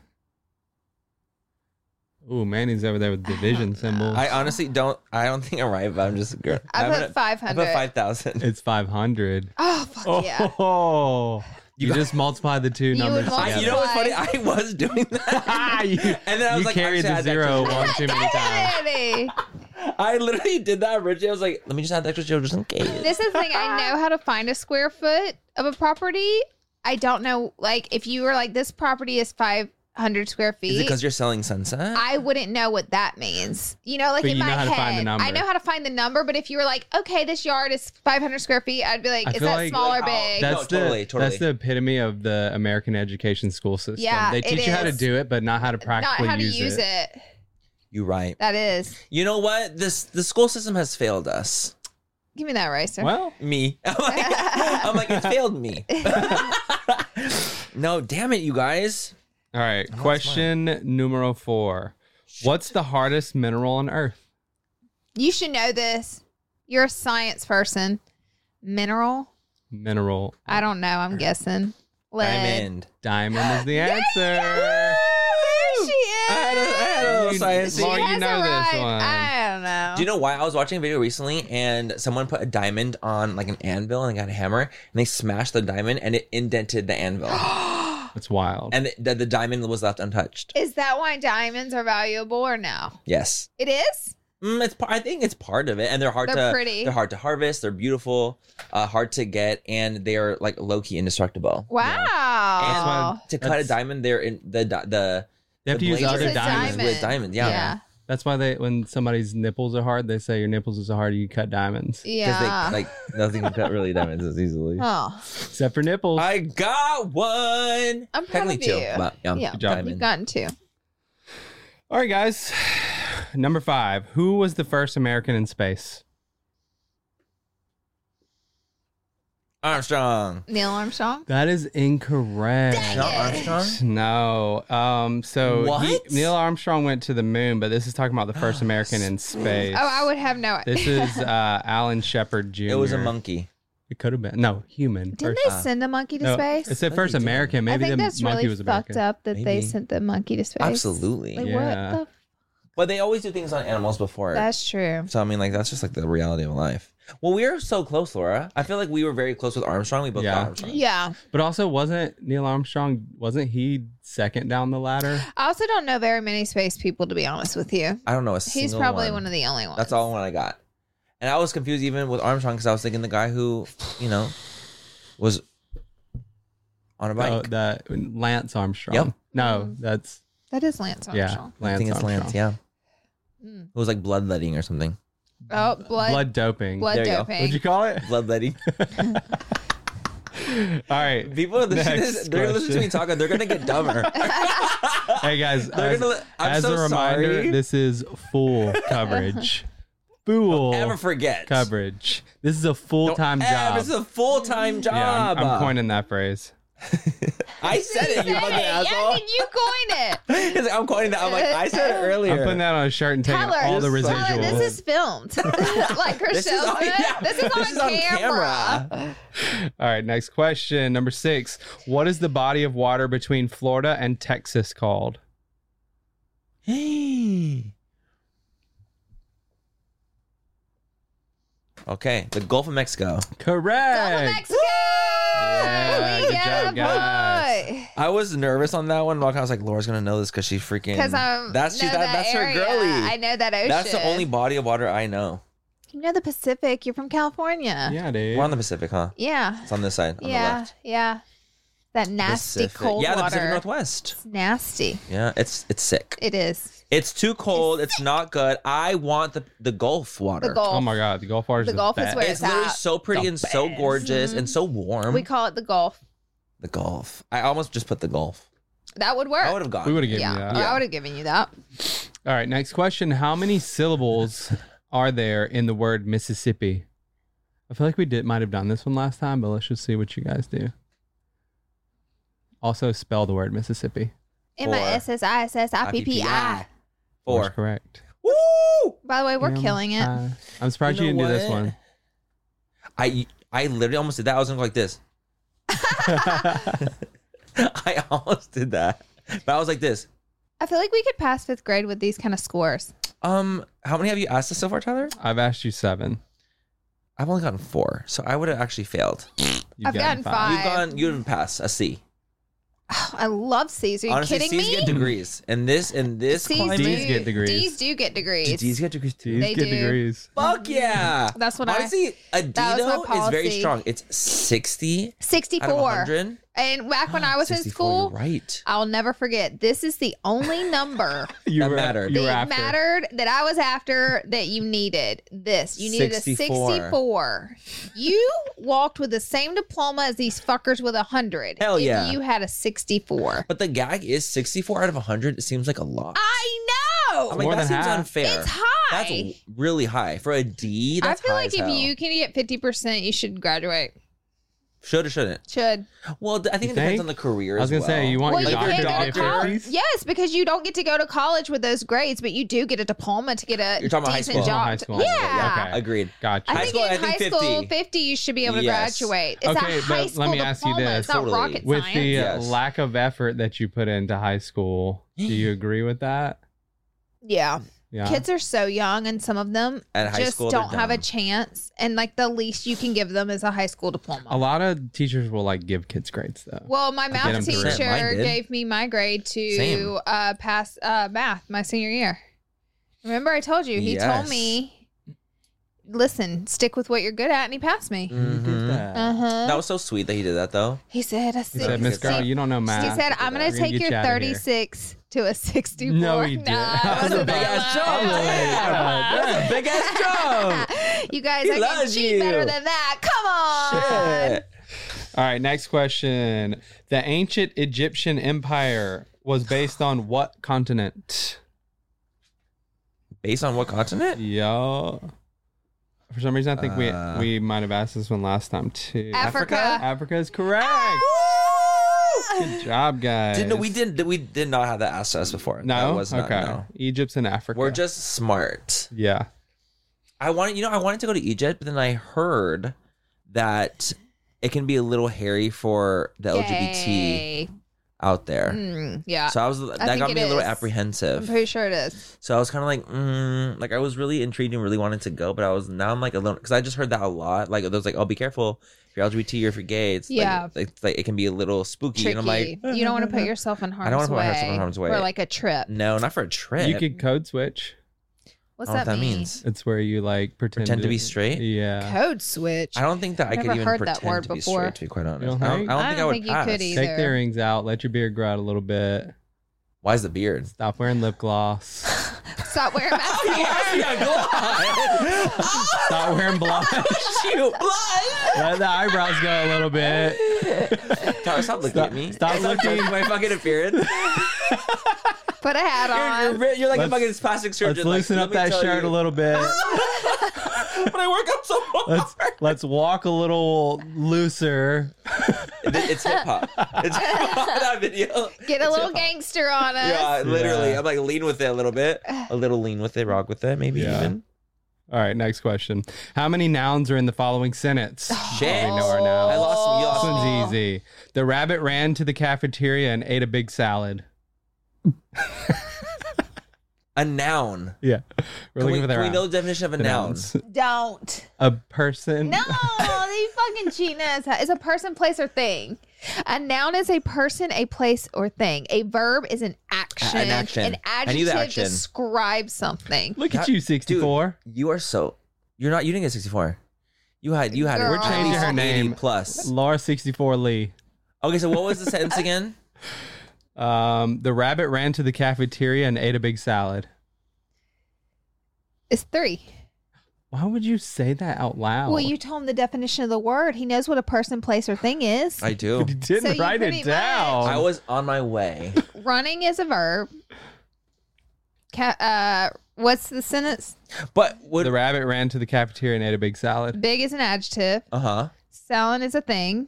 S3: Ooh, Manny's over there with division symbols.
S2: I honestly don't. I don't think I'm right, but I'm just. Girl,
S1: I
S2: I'm
S1: put
S2: gonna-
S1: 500.
S2: I put five thousand.
S3: it's 500.
S1: oh fuck yeah.
S3: Oh, you,
S2: You-
S3: just multiply the two
S1: You
S3: numbers
S1: would multiply-
S3: together.
S2: You know what's funny? I was doing that,
S3: Ah, you,
S2: and then I was
S3: you
S2: like,
S3: carried
S2: actually,
S3: the
S2: I-
S3: zero one too many times.
S1: Daddy!
S2: I literally did that originally. I was like, let me just add the extra zero just in case.
S1: This is the thing. I know how to find a square foot of a property. I don't know, like, if you were like, this property is 500 square
S2: Is it
S1: feet.
S2: because you're selling sunset?
S1: I wouldn't know what that means. You know, like
S3: But
S1: in
S3: you know
S1: my
S3: how to
S1: head,
S3: find the number.
S1: I know how to find the number. But if you were like, okay, this yard is 500 square feet, I'd be like,
S3: I
S1: is
S3: feel
S1: that
S3: like-
S1: small or
S2: Like, oh,
S1: big?
S2: that-
S3: That's
S2: No,
S3: the
S2: totally, totally.
S3: that's the epitome of the American education school system.
S1: Yeah,
S3: they
S1: it
S3: teach you how to
S1: is.
S3: do it, but not how to
S1: Not
S3: practically
S1: how to
S3: use,
S1: use
S3: it.
S1: it.
S2: you're right.
S1: That is.
S2: You know what? This the school system has failed us.
S1: Give me that eraser.
S3: Well,
S2: Me. I'm like, I'm like it failed me. no, damn it, you guys.
S3: all right. Question numero four: What's the hardest mineral on Earth?
S1: You should know this. You're a science person. Mineral?
S3: Mineral
S1: I don't know. I'm guessing. Lead.
S2: Diamond.
S3: Oh. diamond is the answer.
S1: There she is.
S2: I had a, I had a little
S3: You-
S2: science.
S3: Laura, you
S1: Has
S3: know this
S1: arrived.
S3: one.
S1: I don't know.
S2: Do you know why? I was watching a video recently and someone put a diamond on like an anvil and they got a hammer and they smashed the diamond and it indented the anvil.
S3: That's wild.
S2: and the, the diamond was left untouched.
S1: is that why diamonds are valuable or no?
S2: Yes.
S1: It is?
S2: Mm, it's. par- I think it's part of it, and they're hard
S1: They're
S2: to.
S1: pretty.
S2: They're hard to harvest. They're beautiful, uh, hard to get, and they are like low key indestructible. That's
S1: Wow.
S2: To cut a
S3: That's-
S2: diamond, they're in the di- the.
S3: They have
S2: the
S3: to use
S2: blades
S3: other
S2: are-
S1: It's a
S3: diamonds.
S1: diamond.
S2: with diamonds. Yeah.
S1: Yeah.
S3: That's why they when somebody's nipples are hard, they say your nipples is so hard you cut diamonds.
S2: Because
S1: Yeah.
S2: they like nothing can cut really diamonds as easily.
S1: oh.
S3: Except for nipples.
S2: I got one.
S1: I'm proud
S2: Technically
S1: of you.
S2: two, but yeah,
S1: Yeah.
S2: diamond.
S1: You've gotten two.
S3: All right, guys. Number five. Who was the first American in space?
S2: Armstrong.
S1: Neil Armstrong?
S3: That is incorrect.
S2: Not Armstrong.
S3: No. Um. So he-
S2: What?
S3: Neil Armstrong went to the moon, but this is talking about the first American in space.
S1: Oh, I would have no
S3: This is uh, Alan Shepard Jr.
S2: It was a monkey.
S3: It could have been no human.
S1: Didn't
S3: first-
S1: they send a monkey to
S3: no,
S1: space?
S3: It said
S2: Maybe
S3: first
S2: they did.
S3: American. Maybe
S1: I
S3: the
S1: think that's
S3: monkey
S1: really
S3: was
S1: fucked
S3: American.
S1: up that they
S2: Maybe.
S1: sent the monkey to space.
S2: Absolutely.
S1: Like,
S3: Yeah.
S1: what the? F-
S2: But they always do things on animals before.
S1: that's true.
S2: So I mean, like that's just like the reality of life. Well, we are so close, Laura. I feel like we were very close with Armstrong. We both
S3: Yeah.
S2: got Armstrong.
S1: Yeah.
S3: But also, wasn't Neil Armstrong? Wasn't he second down the ladder?
S1: I also don't know very many space people, to be honest with you.
S2: I don't know. A
S1: He's
S2: single
S1: probably
S2: one.
S1: one. of the only ones.
S2: That's all one I got. And I was confused even with Armstrong because I was thinking the guy who, you know, was on a bike.
S3: Oh, that Lance Armstrong.
S2: Yep.
S3: No,
S1: Mm-hmm.
S3: that's
S1: That is Lance
S3: yeah.
S1: Armstrong.
S3: Lance
S2: I think it's
S3: Armstrong.
S2: Lance. Yeah,
S1: Mm.
S2: it was like bloodletting or something.
S1: Oh, blood, blood,
S3: Blood doping.
S2: There you go.
S1: doping.
S3: What'd you call it?
S2: Bloodletting.
S3: All right.
S2: People are listening. to
S3: Next
S2: this- They're listening to me
S3: question.
S2: talking. They're gonna get dumber.
S3: Hey guys,
S2: They're
S3: as,
S2: gonna li- I'm
S3: as
S2: so
S3: a reminder,
S2: sorry.
S3: this is full coverage. Full
S2: Never forget.
S3: coverage. This is a full
S2: Don't
S3: time
S2: ever-
S3: job.
S2: It's a full time job.
S3: yeah, I'm, I'm coining that phrase.
S2: I said it. You
S1: Hey,
S2: fucking
S1: yeah,
S2: asshole.
S1: did you coin it?
S2: He's like, I'm quoting that. I'm like, I said it earlier.
S3: I'm putting that on a shirt and taking
S1: Tyler,
S3: all the
S2: Just-
S3: residuals.
S1: Tyler, this is filmed. like Chriselle
S2: This is, on,
S1: said,
S2: yeah,
S1: this is on camera.
S3: All right, next question. Number six. What is the body of water between Florida and Texas called?
S2: okay, the Gulf of Mexico.
S1: Gulf of
S3: Correct.
S1: Mexico!
S3: Yeah,
S1: we
S3: good
S1: get
S3: job,
S1: a
S3: guys.
S1: point.
S2: I was nervous on that one. Like, I was like, Laura's gonna know this because she freaking.
S1: Because I'm
S2: that's she,
S1: um, know
S2: that,
S1: that
S2: that's
S1: area.
S2: her girly.
S1: I know that ocean.
S2: That's the only body of water I know.
S1: You know the Pacific. You're from California.
S3: Yeah, dude.
S2: We're on the Pacific, huh?
S1: Yeah.
S2: It's on this side. On The
S1: Yeah.
S2: left.
S1: Yeah. That nasty
S2: Pacific.
S1: cold
S2: Yeah, the
S1: water.
S2: Pacific Northwest.
S1: It's nasty.
S2: Yeah, it's it's sick.
S1: It is.
S2: It's too cold. It's not good. I want the the Gulf water.
S1: The Gulf.
S3: Oh my god, the Gulf water is
S1: The
S3: the
S1: Gulf is
S3: best.
S1: where
S2: It's
S1: It's
S2: literally
S1: out.
S2: so pretty
S3: The
S2: and so
S3: best.
S2: gorgeous and so warm.
S1: Mm-hmm. We call it the Gulf.
S2: the Gulf. I almost just put the Gulf.
S1: That would work.
S2: I would have gone.
S3: We would have given
S1: yeah.
S3: you that.
S1: I would have given you that.
S3: All right, next question. How many syllables are there in the word Mississippi? I feel like we did might have done this one last time, but let's just see what you guys do. Also, spell the word Mississippi.
S1: M I S S I S S I Ah, P P I.
S3: That's
S2: Four.
S3: correct.
S2: Woo!
S1: By the way, we're
S3: Um,
S1: killing it.
S3: uh, I'm surprised you,
S2: You know
S3: didn't do this
S2: what?
S3: one.
S2: I I literally almost did that. I was gonna go like this. I almost did that, but I was like this.
S1: I feel like we could pass fifth grade with these kind of scores.
S2: Um, how many have you asked us so far, Tyler?
S3: I've asked you seven.
S2: I've only gotten four, so I would have actually failed.
S3: You've
S1: I've gotten five.
S2: You've gone. You'd have passed a C.
S1: I love C's. Are you
S2: Honestly,
S1: kidding
S2: C's
S1: me?
S2: get degrees, and this in this
S1: C's
S2: climate,
S1: do,
S3: D's get degrees.
S1: D's do get degrees.
S2: Did D's get degrees too?
S3: These
S1: They
S3: get
S1: do.
S3: degrees.
S2: Fuck yeah!
S1: That's what I-
S2: Honestly, a
S1: that was my
S2: Dino is very
S1: policy.
S2: strong. It's sixty out of
S1: 64.
S2: hundred.
S1: And back when I was in school,
S2: right?
S1: I'll never forget. This is the only number
S3: You
S2: That
S3: were,
S2: mattered.
S3: You were
S1: that
S3: after.
S1: mattered that I was after that you needed. This. You needed
S2: 64.
S1: a 64. You walked with the same diploma as these fuckers with a 100.
S2: Hell
S1: if
S2: yeah.
S1: You had a 64.
S2: But the gag is sixty-four out of hundred. It seems like a lot.
S1: I
S2: I'm
S1: know.
S2: like,
S3: More
S2: that
S3: than
S2: seems
S3: half.
S2: unfair.
S1: Ah, It's high.
S2: That's really high for a D.
S1: I
S2: That's
S1: feel
S2: high
S1: like
S2: as
S1: if
S2: hell.
S1: you can get 50%, you should graduate.
S2: should or shouldn't.
S1: Should.
S2: Well, d- I think
S3: You
S2: it depends
S3: think?
S2: on the career.
S3: I was
S2: as
S3: gonna say
S2: well.
S3: you want
S1: Well,
S3: your
S1: you
S3: doctor
S1: can't
S3: to
S1: go
S3: get
S1: to college.
S3: degrees.
S1: Yes, because you don't get to go to college with those grades, but you do get a diploma to get a
S2: You're talking about high
S1: decent
S2: school.
S1: job.
S3: High school.
S1: Yeah.
S3: Yeah, okay.
S2: agreed.
S3: Gotcha.
S1: I
S2: High
S1: think
S2: school,
S1: in
S2: I think
S1: high school,
S2: 50.
S1: 50, you should be able to
S2: Yes.
S1: graduate. It's
S3: Okay,
S1: a
S3: but
S1: high
S3: let
S1: school
S3: me ask you
S1: diploma.
S3: this.
S1: It's not
S2: Totally.
S1: rocket
S3: With
S1: science.
S3: the uh,
S2: Yes.
S3: lack of effort that you put into high school, do you agree with that?
S1: yeah.
S3: Yeah.
S1: Kids are so young, and some of them
S2: At high
S1: just
S2: school, they're
S1: don't have a
S2: dumb.
S1: chance. And like the least you can give them is a high school diploma.
S3: a lot of teachers will like give kids grades though.
S1: Well, my
S3: Oh, get
S1: math
S3: 'em through.
S2: Shit, mine
S1: teacher
S2: did.
S1: gave me my grade
S2: Same.
S1: to uh, pass uh, math my senior year. Remember, I told you he told
S2: Yes.
S1: me, "Listen, stick with what you're good at," and he passed me.
S2: Mm.
S1: Uh huh.
S2: Mm-hmm. That was so sweet that he did that though.
S1: He said, "I
S3: he
S1: said,
S3: said, "Miss
S2: Six-
S3: Girl, you don't know math."
S1: He said, "I'm gonna
S3: We're
S1: take
S3: get
S1: your
S3: you outta here."
S1: 36 to a 64."
S3: No, he didn't. That
S2: was a
S1: wasn't
S2: big ass
S1: loud.
S2: jump. Damn, that's a big ass jump.
S1: you guys,
S2: He
S1: I can
S2: loves
S1: cheat
S2: you.
S1: better than that. Come on.
S2: Shit.
S3: All right, next question. The ancient Egyptian empire was based on what continent?
S2: Based on what continent?
S3: Yeah. For some reason, I think
S2: Uh.
S3: we we might have asked this one last time too.
S1: Africa. Ah,
S3: Africa is correct. Good job, guys.
S2: Didn't we didn't we did not have that asked to us before.
S3: No,
S2: that was not,
S3: okay.
S2: no.
S3: Egypt's in Africa.
S2: We're just smart.
S3: yeah.
S2: I wanted, you know, I wanted to go to Egypt, but then I heard that it can be a little hairy for the LGBT
S1: Yay.
S2: out there.
S1: Mm, yeah.
S2: So I was that
S1: think
S2: got
S1: it
S2: me a little
S1: is.
S2: apprehensive.
S1: I'm pretty sure it is.
S2: So I was kind of like, mm, like I was really intrigued and really wanted to go, but I was now I'm like alone because I just heard that a lot. Like those, like, oh, be careful if you're LGBT or if you're gay. It's
S1: Yeah.
S2: like, it's like it can be a little spooky,
S1: Tricky.
S2: and I'm like,
S1: you don't want to put yourself in harm's
S2: don't wanna put
S1: way.
S2: myself in harm's way.
S1: For like a trip.
S2: no, not for a trip.
S3: You could code switch.
S1: What's
S2: I don't know
S1: that,
S2: what that
S1: mean?
S2: means.
S3: It's where you like pretend,
S2: Pretend to be straight?
S3: Yeah.
S1: Code switch.
S2: I don't think that i could
S1: never
S2: even
S1: heard that
S2: pretend
S1: word
S2: to be
S1: before.
S2: straight. To be quite honest,
S3: You don't
S2: I, don't,
S3: think?
S2: I don't
S1: I
S2: think
S1: don't
S2: I would
S1: think you
S2: pass.
S1: could either.
S3: Take the earrings out. Let your beard grow out a little bit.
S2: Why is the beard?
S3: Stop wearing lip gloss.
S1: Stop wearing mascara.
S3: Stop wearing blush.
S2: Shoot, blood.
S3: Let the eyebrows go a little bit.
S2: Tyler, stop looking at me.
S3: Stop looking.
S2: at my fucking appearance.
S1: Put a hat
S2: You're,
S1: on.
S2: you're- you're like a
S3: Let's-
S2: fucking plastic surgeon.
S3: Let's loosen
S2: like,
S3: up
S2: let me
S3: that
S2: tell
S3: shirt
S2: you.
S3: a little bit.
S2: But I work out so hard.
S3: Let's let's walk a little looser.
S2: It- it's hip hop. It's hip hop that video.
S1: Get a
S2: It's
S1: little
S2: hip-hop.
S1: gangster on us.
S2: Yeah, literally.
S3: Yeah.
S2: I'm like lean with it a little bit. A little lean with it, rock with it, maybe
S3: Yeah.
S2: even.
S3: All right, next question. How many nouns are in the following sentence?
S2: Shit.
S3: We know our nouns.
S2: Oh. I lost you
S3: This
S1: Oh.
S2: lost me.
S3: one's easy. The rabbit ran to the cafeteria and ate a big salad.
S2: A noun.
S3: Yeah. We're
S2: Can we,
S3: looking for the
S2: can we
S3: rou-
S2: know the definition of a
S3: the
S2: noun?
S3: nouns.
S1: Don't.
S3: A person.
S1: No, you fucking cheating us. It's a person, place, or thing. A noun is a person, a place, or thing. A verb is an action.
S2: an action.
S1: An
S2: I knew
S1: adjective
S2: the action.
S1: describes something.
S3: Look at
S2: That-
S3: you, 64.
S2: You are so you're not you didn't get sixty four. You had you had
S1: Girl. We're
S2: at
S1: changing
S2: least
S1: her
S2: 80
S3: name.
S2: plus.
S3: Laura 64 Lee.
S2: Okay, so what was the sentence again?
S3: Um, the rabbit ran to the cafeteria and ate a big salad.
S1: It's three.
S3: Why would you say that out loud?
S2: Oh.
S1: Well, you told him the definition of the word. He knows what a person, place, or thing is.
S2: I do.
S3: But you
S1: So
S3: didn't
S1: you
S3: write
S1: pretty
S3: it down.
S2: I was on my way.
S1: Running is a verb. Ca- uh, what's the sentence?
S2: But would
S3: the rabbit ran to the cafeteria and ate a big salad.
S1: Big is an adjective.
S2: uh huh.
S1: Salon is a thing.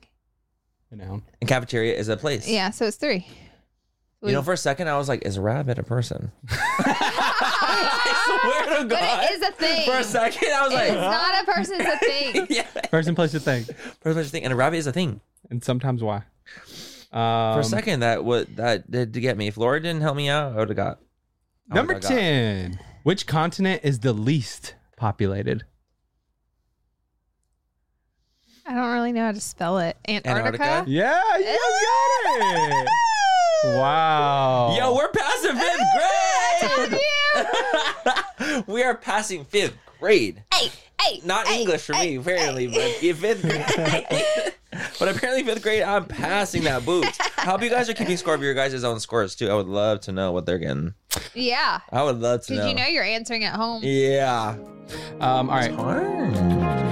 S3: You know.
S2: And cafeteria is a place.
S1: Yeah, so it's three.
S2: You know, for a second I was like, is a rabbit a person? I swear to
S1: But
S2: God.
S1: it is a thing.
S2: For a second, I was
S1: It's
S2: like,
S1: not a person, it's a thing.
S2: yeah.
S3: Person, place, or thing.
S2: First place thing, and a rabbit is a thing.
S3: And sometimes why. Um,
S2: For a second, that what that did to get me. If Laura didn't help me out, I would have got I
S3: Number
S2: would've got-
S3: 10. Which continent is the least populated?
S1: I don't really know how to spell it. Antarctica?
S2: Antarctica?
S3: Yeah, you got it. Wow.
S2: Yo, we're passing fifth grade. we are passing fifth grade.
S1: Hey, hey.
S2: Not English for me, apparently, but in fifth grade. but apparently, fifth grade, I'm passing that boot. I hope you guys are keeping score of your guys' own scores too. I would love to know what they're getting.
S1: Yeah.
S2: I would love to
S1: Did you know you're answering at home?
S2: Yeah.
S3: Um, all right.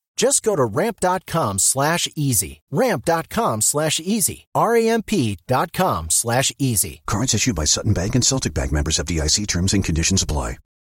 S4: Just go to ramp.com slash easy. Ramp.com slash easy. R-A-M-P dot com slash easy.
S5: Cards issued by Sutton Bank and Celtic Bank members of DIC terms and conditions apply.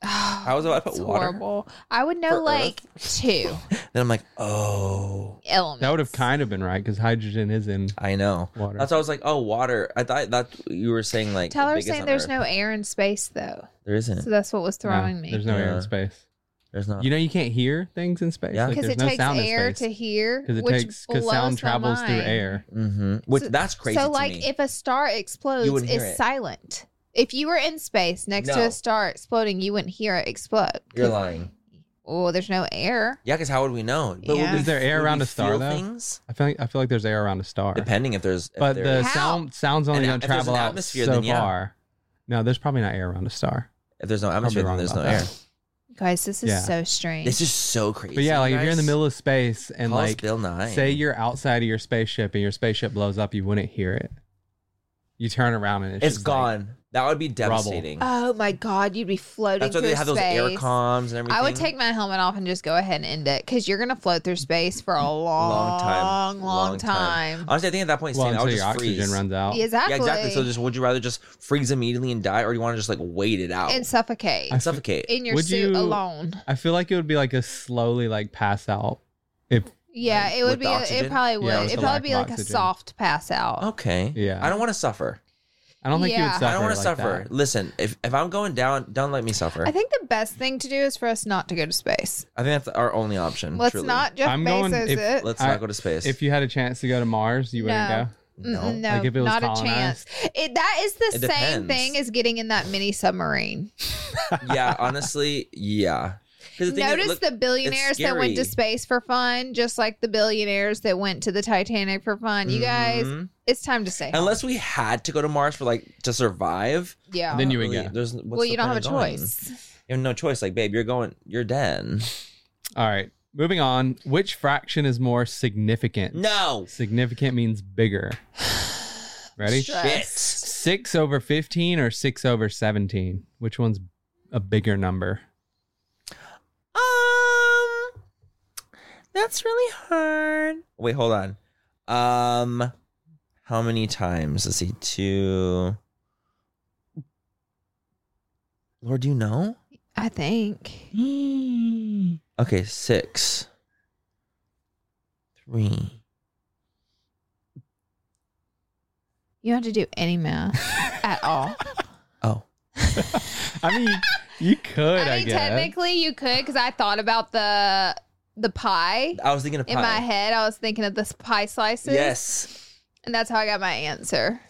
S2: I was about to
S1: It's
S2: put water.
S1: horrible. I would know
S2: For
S1: like two
S2: Then I'm like, oh,
S1: elements.
S3: That would have kind of been right because hydrogen is in.
S2: I know.
S3: Water.
S2: That's why I was like, oh, water. I thought that you were saying like. the
S1: Tyler's
S2: biggest
S1: saying
S2: on
S1: there's
S2: Earth.
S1: no air in space though,
S2: There isn't.
S1: so that's what was
S3: no,
S1: throwing me.
S3: There's no air
S2: Yeah.
S3: in space.
S2: there's not.
S3: You know you can't hear things in space.
S2: Yeah.
S3: Like,
S1: Because
S3: there's
S1: it
S3: no
S1: takes
S3: sound in
S1: air to
S3: space.
S1: hear,
S3: it
S1: which
S3: takes
S1: because
S3: sound travels through air.
S2: hmm Which that's crazy.
S1: So
S2: to
S1: like,
S2: me.
S1: if a star explodes,
S2: wouldn't hear
S1: it's
S2: it.
S1: silent. If you were in space next to
S2: No.
S1: a star exploding, you wouldn't hear it explode.
S2: you're lying.
S1: Oh, there's no air.
S2: Yeah, because how would we know? would
S1: Yeah.
S2: we-
S1: Is
S3: there air
S2: would we
S3: around a star,
S2: feel
S3: though?
S2: Things?
S3: I feel like I feel like there's air around a star.
S2: Depending if there's. If
S3: but
S2: there
S3: the
S2: is-
S1: How?
S3: sound sound's only
S2: And
S3: going
S2: if
S3: to
S2: there's an
S3: travel out
S2: atmosphere,
S3: so
S2: then yeah.
S3: far. No, there's probably not air around a star.
S2: if there's no atmosphere, then
S3: wrong
S2: there's no
S3: about
S2: air.
S3: that.
S1: Guys, this is
S3: Yeah.
S1: so strange.
S2: It's just so crazy.
S3: But yeah, like if you're in the
S2: guys.
S3: middle of space and
S2: Call us
S3: like
S2: Bill Nye.
S3: say you're outside of your spaceship and your spaceship blows up, you wouldn't hear it. You turn around and it's,
S2: it's
S3: just like-
S2: gone. that would be
S3: rubble.
S2: devastating.
S1: oh my god, you'd be floating.
S2: That's why they
S1: through
S2: have those air
S1: space.
S2: comms and everything.
S1: I would take my helmet off and just go ahead and end it because you're gonna float through space for a long,
S2: long time,
S1: long, time.
S2: Honestly, I think at that point,
S3: well,
S2: Sam, I
S3: until
S2: would
S3: your
S2: just
S3: oxygen
S2: freeze.
S3: runs out.
S1: Exactly.
S2: Yeah, exactly. So, just would you rather just freeze immediately and die, or do you want to just like wait it out
S1: and
S2: and,
S1: suffocate
S2: suffocate?
S1: in your
S3: Would
S1: suit
S3: you-
S1: alone.
S3: I feel like it would be like a slowly like pass out. If
S1: Yeah,
S2: Like,
S1: it would
S2: with
S1: be.
S2: the
S1: It
S2: oxygen?
S1: probably
S3: Yeah,
S1: would.
S3: with
S1: It'd
S3: the
S1: probably
S3: lack
S1: be
S3: of
S1: like a
S3: oxygen.
S1: soft pass out.
S2: okay.
S3: Yeah.
S2: I don't want to suffer.
S3: I don't think you
S1: Yeah. I
S3: would suffer.
S2: I don't want to
S3: like
S2: suffer.
S3: that.
S2: Listen, if, if I'm going down, don't let me suffer.
S1: I think the best thing to do is for us not to go to space.
S2: I think that's our only option.
S1: Let's
S2: Mm, truly.
S1: not Jeff
S3: I'm
S1: Bezos
S3: going- if-
S1: it.
S2: Let's
S3: I-
S2: not go to space.
S3: If you had a chance to go to Mars, you wouldn't
S1: No.
S3: go.
S1: No, no
S3: Like, if it was
S1: not a chance.
S3: colonized?
S1: It, that is the
S2: It
S1: same
S2: depends.
S1: thing as getting in that mini submarine.
S2: yeah, honestly, yeah. 'Cause the thing is,
S1: Notice
S2: look-
S1: the billionaires
S2: it's
S1: that went to
S2: scary.
S1: space for fun, just like the billionaires that went to the Titanic for fun. You guys,
S2: Mhm.
S1: it's time to say
S2: unless we had to go to Mars for like to survive,
S1: yeah.
S3: Then you would go.
S2: There's, what's
S1: well,
S2: the
S1: you don't have a
S2: point of going?
S1: choice.
S2: You have no choice. Like, babe, you're going. You're dead.
S3: All right. Moving on. Which fraction is more significant?
S2: No.
S3: Significant means bigger. Ready?
S1: Stress.
S3: Six over 15 or six over 17? Which one's a bigger number?
S2: Um, that's really hard. Wait, hold on. Um, how many times? Let's see. Two. Lord, do you know?
S1: I think.
S2: Okay, six. Three.
S1: You don't have to do any math at all.
S2: Oh.
S3: I mean, you could, I,
S1: I mean,
S3: guess.
S1: technically, you could because I thought about the the pie
S2: I was thinking of pie.
S1: in my head. I was thinking of the pie slices.
S2: Yes.
S1: and that's how I got my answer.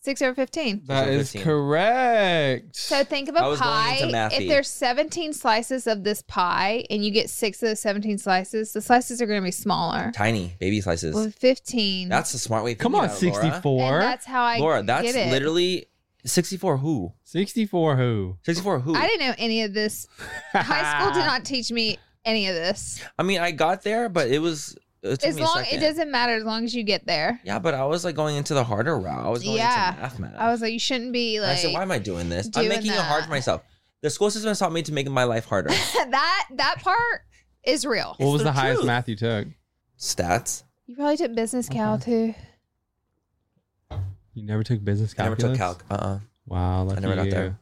S1: Six over fifteen.
S3: that
S2: Six over
S3: is
S2: 15.
S3: correct.
S1: So think of a
S2: I was going
S1: pie.
S2: into mathy.
S1: If there's 17 slices of this pie and you get six of those 17 slices, the slices are going to be smaller.
S2: Tiny baby slices.
S1: With 15.
S2: That's a smart way. of
S3: Come
S2: thinking
S3: on,
S2: about it, Laura.
S3: 64.
S1: and that's how I
S2: Laura, that's
S1: get it.
S2: literally 64 who?
S3: 64 who?
S2: 64 who?
S1: I
S2: I,
S1: didn't know any of this. High school did
S2: Ah.
S1: not teach me any of this.
S2: mean, I got there, but it was it took
S1: As
S2: me a
S1: long it
S2: second.
S1: doesn't matter as long as you get there.
S2: Yeah, but I was like going into the harder route. I was going
S1: Yeah.
S2: into math math.
S1: I was like, you shouldn't be
S2: And
S1: like
S2: I said, why am I doing this?
S1: doing
S2: I'm making it hard
S1: that.
S2: for myself. The school system has taught me to make my life harder.
S1: that that part is real.
S3: What was the,
S2: the
S3: highest
S2: truth.
S3: math you took?
S2: Stats.
S1: You probably took business cal too.
S3: You never took business
S2: I never
S3: calculus?
S2: took calc. Uh uh
S3: Wow, lucky
S2: never got
S3: you.
S2: there.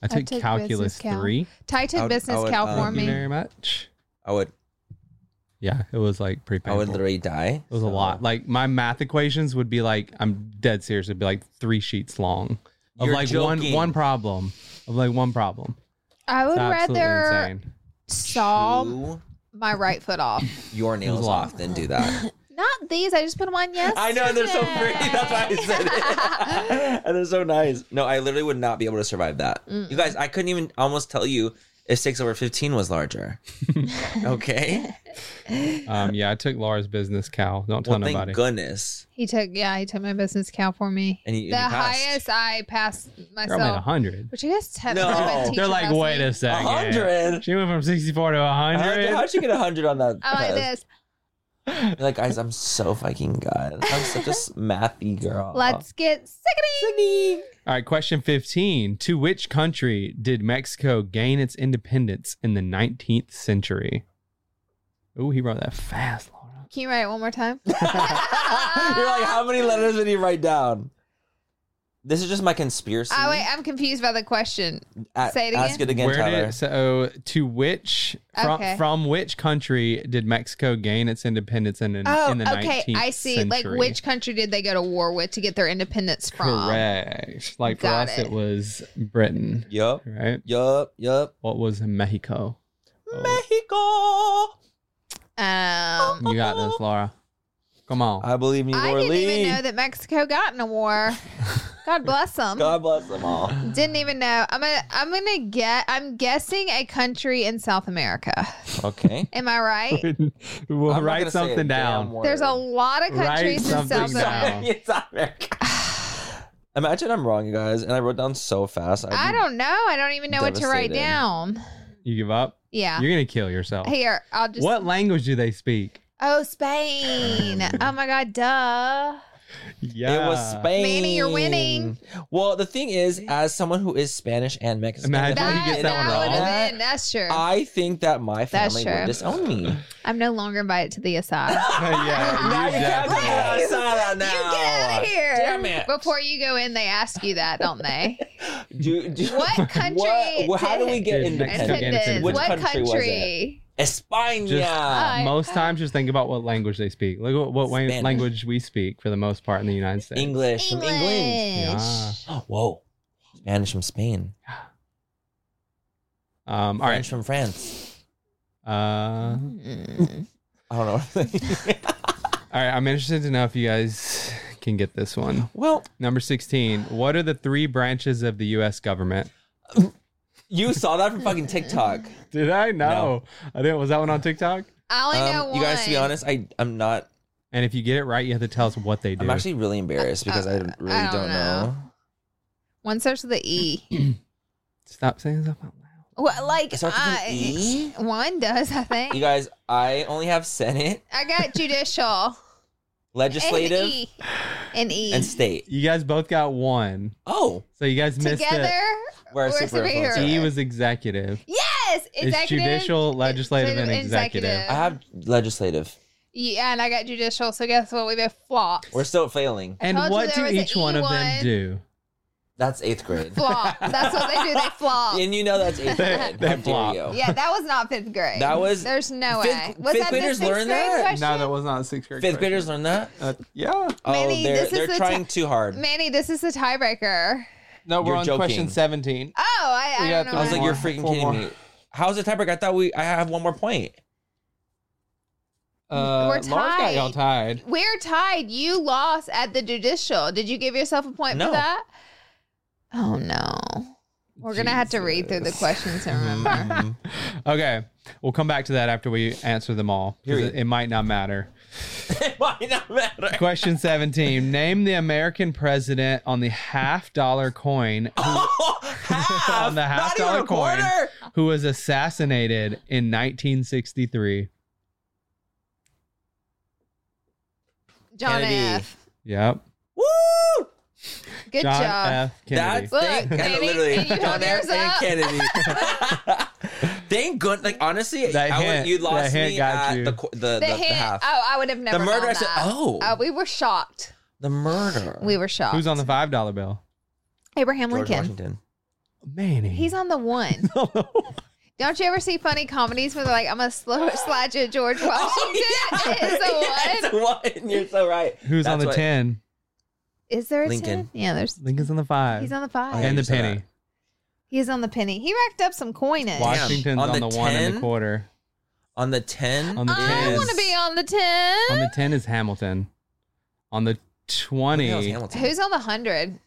S3: I took
S1: took
S3: calculus
S1: business cal.
S3: three.
S1: Titan
S2: I would-
S1: business
S2: I would,
S1: cal
S2: um,
S1: for
S3: Thank you
S1: me.
S3: very much.
S2: I would
S3: Yeah, it was like pretty
S2: I
S3: painful.
S2: would literally die.
S3: it was a lot. Like my math equations would be like I'm dead serious. It'd be like three sheets long of
S2: You're
S3: like one
S2: joking.
S3: one problem of like one problem.
S1: I would
S3: It's absolutely
S1: rather
S3: insane.
S1: saw
S2: Chew
S1: my right foot off.
S2: your nails
S3: a lot.
S2: off, then do that.
S1: Not these. I just put them on yesterday.
S2: I know they're so pretty. That's why I said it. and they're so nice. No, I literally would not be able to survive that.
S1: Mm.
S2: You guys, I couldn't even almost tell you if six over fifteen was larger. okay.
S3: Um, yeah, I took Laura's business cow. Don't tell
S2: Well, thank
S3: nobody.
S2: goodness.
S1: He took yeah, he took my business cal for me.
S2: And you-
S1: the
S2: and you passed.
S1: highest I passed
S3: Girl made a
S1: myself.
S3: hundred.
S1: But you guys te-
S2: No.
S1: no.
S3: They're like, wait a
S2: A
S1: uh,
S3: second.
S2: hundred.
S3: She went from sixty four to
S2: How'd
S3: hundred.
S2: how'd you get a hundred on that?
S1: Oh, I like
S2: test?
S1: this.
S2: You're like, guys, I'm so fucking good. I'm such a s- mathy girl.
S3: Uh-huh.
S1: Let's get sickety.
S3: All right, question 15. To which country did Mexico gain its independence in the 19th century? Oh, he wrote that fast, Laura.
S1: Can you write it one more time?
S2: You're like, how many letters did he write down? This is just my conspiracy.
S1: Oh wait, I'm confused by the question.
S2: A-
S1: say it
S2: Ask
S1: again.
S2: it again,
S3: Where
S2: Tyler.
S3: did so oh, to which from,
S1: Okay.
S3: from which country did Mexico gain its independence in, the-
S1: Oh,
S3: in the 19th
S1: okay.
S3: century?
S1: I see. Like, which country did they go to war with to get their independence from?
S3: Correct. Like for
S1: Got
S3: us,
S1: it.
S3: it. was Britain,
S2: Yup.
S3: right?
S2: Yup. Yup.
S3: What was Mexico? Oh,
S2: Mexico.
S1: Um,
S3: You got this, Laura. Come on.
S2: I believe in you,
S1: I
S2: Laura
S1: didn't
S2: Lee.
S1: even know that Mexico got in a war. God bless them.
S2: God bless them all.
S1: Didn't even know. I'm gonna. I'm gonna get. I'm guessing a country in South America.
S2: Okay.
S1: Am I right?
S3: we'll
S2: I'm not
S3: write
S2: gonna say a damn
S3: something down.
S2: word.
S1: There's a lot of
S3: Write
S1: countries in
S3: something
S1: South
S3: down.
S1: America.
S2: It's America. Imagine I'm wrong, you guys, and I wrote down so fast. I'd be-
S1: I don't know. I don't even know what to write
S2: Devastated.
S1: down.
S3: You give up?
S1: Yeah.
S3: You're gonna kill yourself.
S1: Here, I'll just.
S3: what language do they speak?
S1: Oh, Spain. oh my God. Duh.
S3: Yeah,
S2: It was Spain.
S1: Manny, you're winning.
S2: Well, the thing is, as someone who is Spanish and Mexican,
S3: Imagine
S2: if I
S3: you
S1: That,
S3: get
S2: did
S3: that one
S1: would
S3: wrong.
S1: have been. That's true.
S2: I think that my
S1: That's
S2: family
S1: true.
S2: would disown me.
S1: I'm no longer invited to the aside.
S3: yeah, you definitely-
S2: get out
S1: You get out of here.
S2: Damn it.
S1: Before you go in, they ask you that, don't they?
S2: Do, do,
S1: What country
S2: What, well, how do we get
S3: did Mexico
S2: independent?
S3: get
S1: Independence.
S3: independent?
S2: Which
S1: what
S2: country was
S1: country? Uh,
S2: España.
S3: Just-
S1: I-
S3: most times, just think about what language they speak. Look at what wa-
S2: Spanish.
S3: language we speak for the most part in the United States.
S2: English from England.
S3: Yeah.
S2: Oh, whoa. Spanish from Spain.
S3: Um, all
S2: French
S3: right.
S2: from France.
S3: Uh,
S2: I
S3: all
S2: don't know. what I'm thinking.
S3: right. I'm interested to know if you guys can get this one.
S2: well,
S3: Number 16. What are the three branches of the U.S. government?
S2: you saw that from fucking TikTok.
S3: Did I? No. I didn't. Was that one on TikTok?
S1: I only know
S2: Um,
S1: one.
S2: you guys, to be honest, I, I'm not.
S3: And if you get it right, you have to tell us what they do.
S2: I'm actually really embarrassed because I really
S1: Uh, I don't
S2: don't know.
S1: One starts with the E.
S3: Stop saying stuff out loud.
S1: Well, like
S2: It starts with an
S1: I,
S2: E?
S1: one does, I
S2: You
S1: think.
S2: guys, I only have Senate,
S1: I got judicial,
S2: legislative,
S1: and E, and E.
S2: and state.
S3: You guys both got one.
S2: Oh,
S3: So you guys missed it.
S1: Together,
S2: We're a super
S1: superheroes.
S2: influencer.
S3: He was executive.
S1: yes,
S3: It's
S1: executive,
S3: judicial, legislative, and executive.
S2: I have legislative.
S1: Yeah, and I got judicial. So guess what? We both flopped.
S2: We're still failing.
S3: And
S1: told you
S3: what do
S1: there was E
S3: each
S1: an
S3: one of them
S1: E1.
S3: do?
S2: That's eighth grade.
S1: flop. That's what they do. They flop.
S2: And you know that's eighth
S3: They-
S2: grade.
S3: they
S2: How dare
S3: flop.
S2: you.
S1: Yeah, that was not fifth grade.
S2: That was-
S1: There's no
S2: fifth-
S1: way. Was
S2: fifth
S1: that
S2: graders
S1: the sixth
S2: learn
S1: grade
S2: that?
S1: Question?
S3: was not a sixth grade. Uh,
S2: Fifth graders learn that?
S3: yeah.
S1: Manny,
S2: oh, they're,
S1: this is
S2: they're
S1: the
S2: trying too hard.
S1: Manny, this is the tiebreaker.
S3: No,
S2: we're You're on question joking.
S3: 17.
S1: Oh, I, I
S3: We
S1: don't
S3: got
S1: know.
S2: I was
S1: why.
S2: like,
S3: Four
S2: you're
S3: more.
S2: freaking
S3: Four
S2: kidding
S3: more.
S2: me. How's it tiebreaker? I thought we I have one more point.
S3: Uh,
S1: We're Laura's got y'all
S3: tied.
S1: we're tied. You lost at the judicial. Did you give yourself a point
S2: No.
S1: for that? Oh no. We're gonna have to read through the questions and remember.
S3: Okay. We'll come back to that after we answer them all. 'cause
S2: Period.
S3: It, it might not matter.
S2: it might not matter.
S3: Question 17. Name the American president on the half dollar coin
S2: half,
S3: on the half
S2: not even
S3: dollar
S2: a
S3: coin
S2: quarter.
S3: who was assassinated in 1963.
S1: John
S2: Kennedy.
S1: F.
S3: Yep.
S2: Woo!
S1: Good
S3: John
S1: job.
S3: F. Kennedy.
S2: That's
S1: Look,
S2: thank
S1: Manny,
S2: God, literally
S1: and you held
S2: John F.
S1: yours up.
S2: and Kennedy. thank good. Like honestly,
S3: That
S2: I would-
S3: hint-
S2: you lost
S3: that hint
S2: me
S3: got
S2: at
S3: you.
S2: The, qu- the, the,
S1: The
S2: the
S1: hint.
S2: half.
S1: Oh, I would have never.
S2: murder,
S1: known
S2: I said-
S1: that.
S2: oh.
S1: Uh, we were shocked.
S2: The murder.
S1: We were shocked.
S3: Who's on the $5 bill?
S1: Abraham
S2: George
S1: Lincoln?
S2: Washington.
S3: Manny.
S1: He's on the one. Don't you ever see funny comedies where they're like, I'm going to slow slide you George Washington? It's a
S2: Oh, Yeah,
S1: one.
S2: it's a one. You're so right.
S3: Who's on
S2: That's
S3: the
S2: what-
S3: 10?
S1: Is there a
S2: Lincoln.
S1: 10? Yeah, there's.
S3: Lincoln's on the 5.
S1: He's on the five.
S2: Oh, yeah,
S3: and the
S2: you said
S3: penny.
S1: He is on the penny. He racked up some coinage.
S2: Why-
S3: Washington's
S2: On
S3: on,
S2: the
S3: the, 1 and
S2: 10?
S3: the quarter.
S2: On the 10?
S3: On the
S1: I
S3: 10.
S1: want to be on the 10.
S3: On the 10 is Hamilton. On the
S2: Who the hell's
S3: 20,
S2: Hamilton?
S1: Who's on the 100?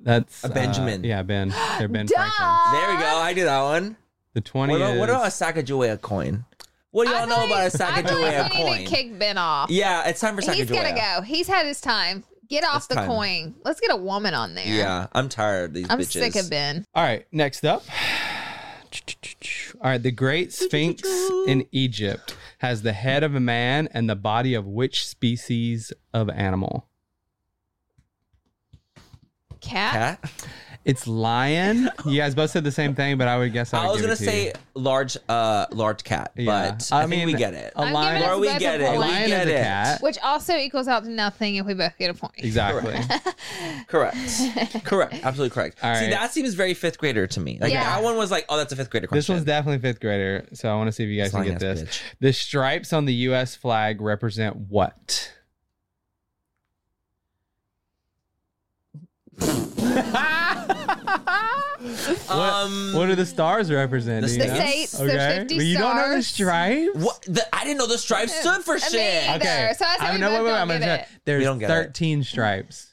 S3: that's
S2: A
S3: uh,
S2: Benjamin.
S3: yeah, Ben. They're Ben
S1: Duh!
S3: Franklin.
S2: There we go. I do that one.
S3: The 20
S2: What about,
S3: is
S2: what about a Sacagawea coin? What do y'all know about a
S1: I feel like
S2: Sacagawea
S1: we need
S2: coin?
S1: to kick Ben off.
S2: yeah, it's time for Sacagawea.
S1: He's got to go. He's had his time. Get off
S2: It's
S1: the
S2: time.
S1: coin. Let's get a woman on there.
S2: Yeah, I'm tired of these
S1: I'm
S2: bitches.
S1: sick of Ben.
S3: All right, next up. All right, the Great Sphinx in Egypt has the head of a man and the body of which species of animal?
S1: Cat?
S2: Cat?
S3: It's lion. You guys both said the same thing, but I would guess I,
S2: I
S3: would
S2: was
S3: give
S2: gonna
S3: it to you.
S2: say large, uh, large cat,
S3: Yeah.
S2: but I, mean, think we get it.
S3: A
S1: I'm
S3: lion,
S1: giving
S2: Laura,
S1: us
S2: we
S1: both
S2: get
S1: a
S2: it.
S3: a
S2: We
S1: point,
S3: lion
S2: oh, get
S3: is a
S2: it.
S3: cat.
S1: Which also equals out to nothing if we both get a point.
S3: Exactly.
S2: Correct, correct, absolutely correct.
S3: All
S2: See,
S3: right.
S2: that seems very fifth grader to me. Like
S1: Yeah.
S2: that one was like, oh, that's a fifth grader question.
S3: This one's definitely fifth grader, so I want to see if you guys can get
S2: Lying ass
S3: this.
S2: bitch.
S3: The stripes on the U.S. flag represent what?
S2: Um,
S3: What do the stars represent?
S2: The
S3: do you
S2: states.
S3: know?
S2: The
S1: states, the 50
S3: but you don't know the
S1: stars.
S3: stripes.
S2: what? The, I didn't know the stripes stood for
S1: I
S2: shit.
S1: mean- either, so I said we
S3: know-
S1: both don't
S3: gonna
S1: get
S3: try-
S1: it.
S3: There's
S2: We don't get it.
S3: 13 stripes.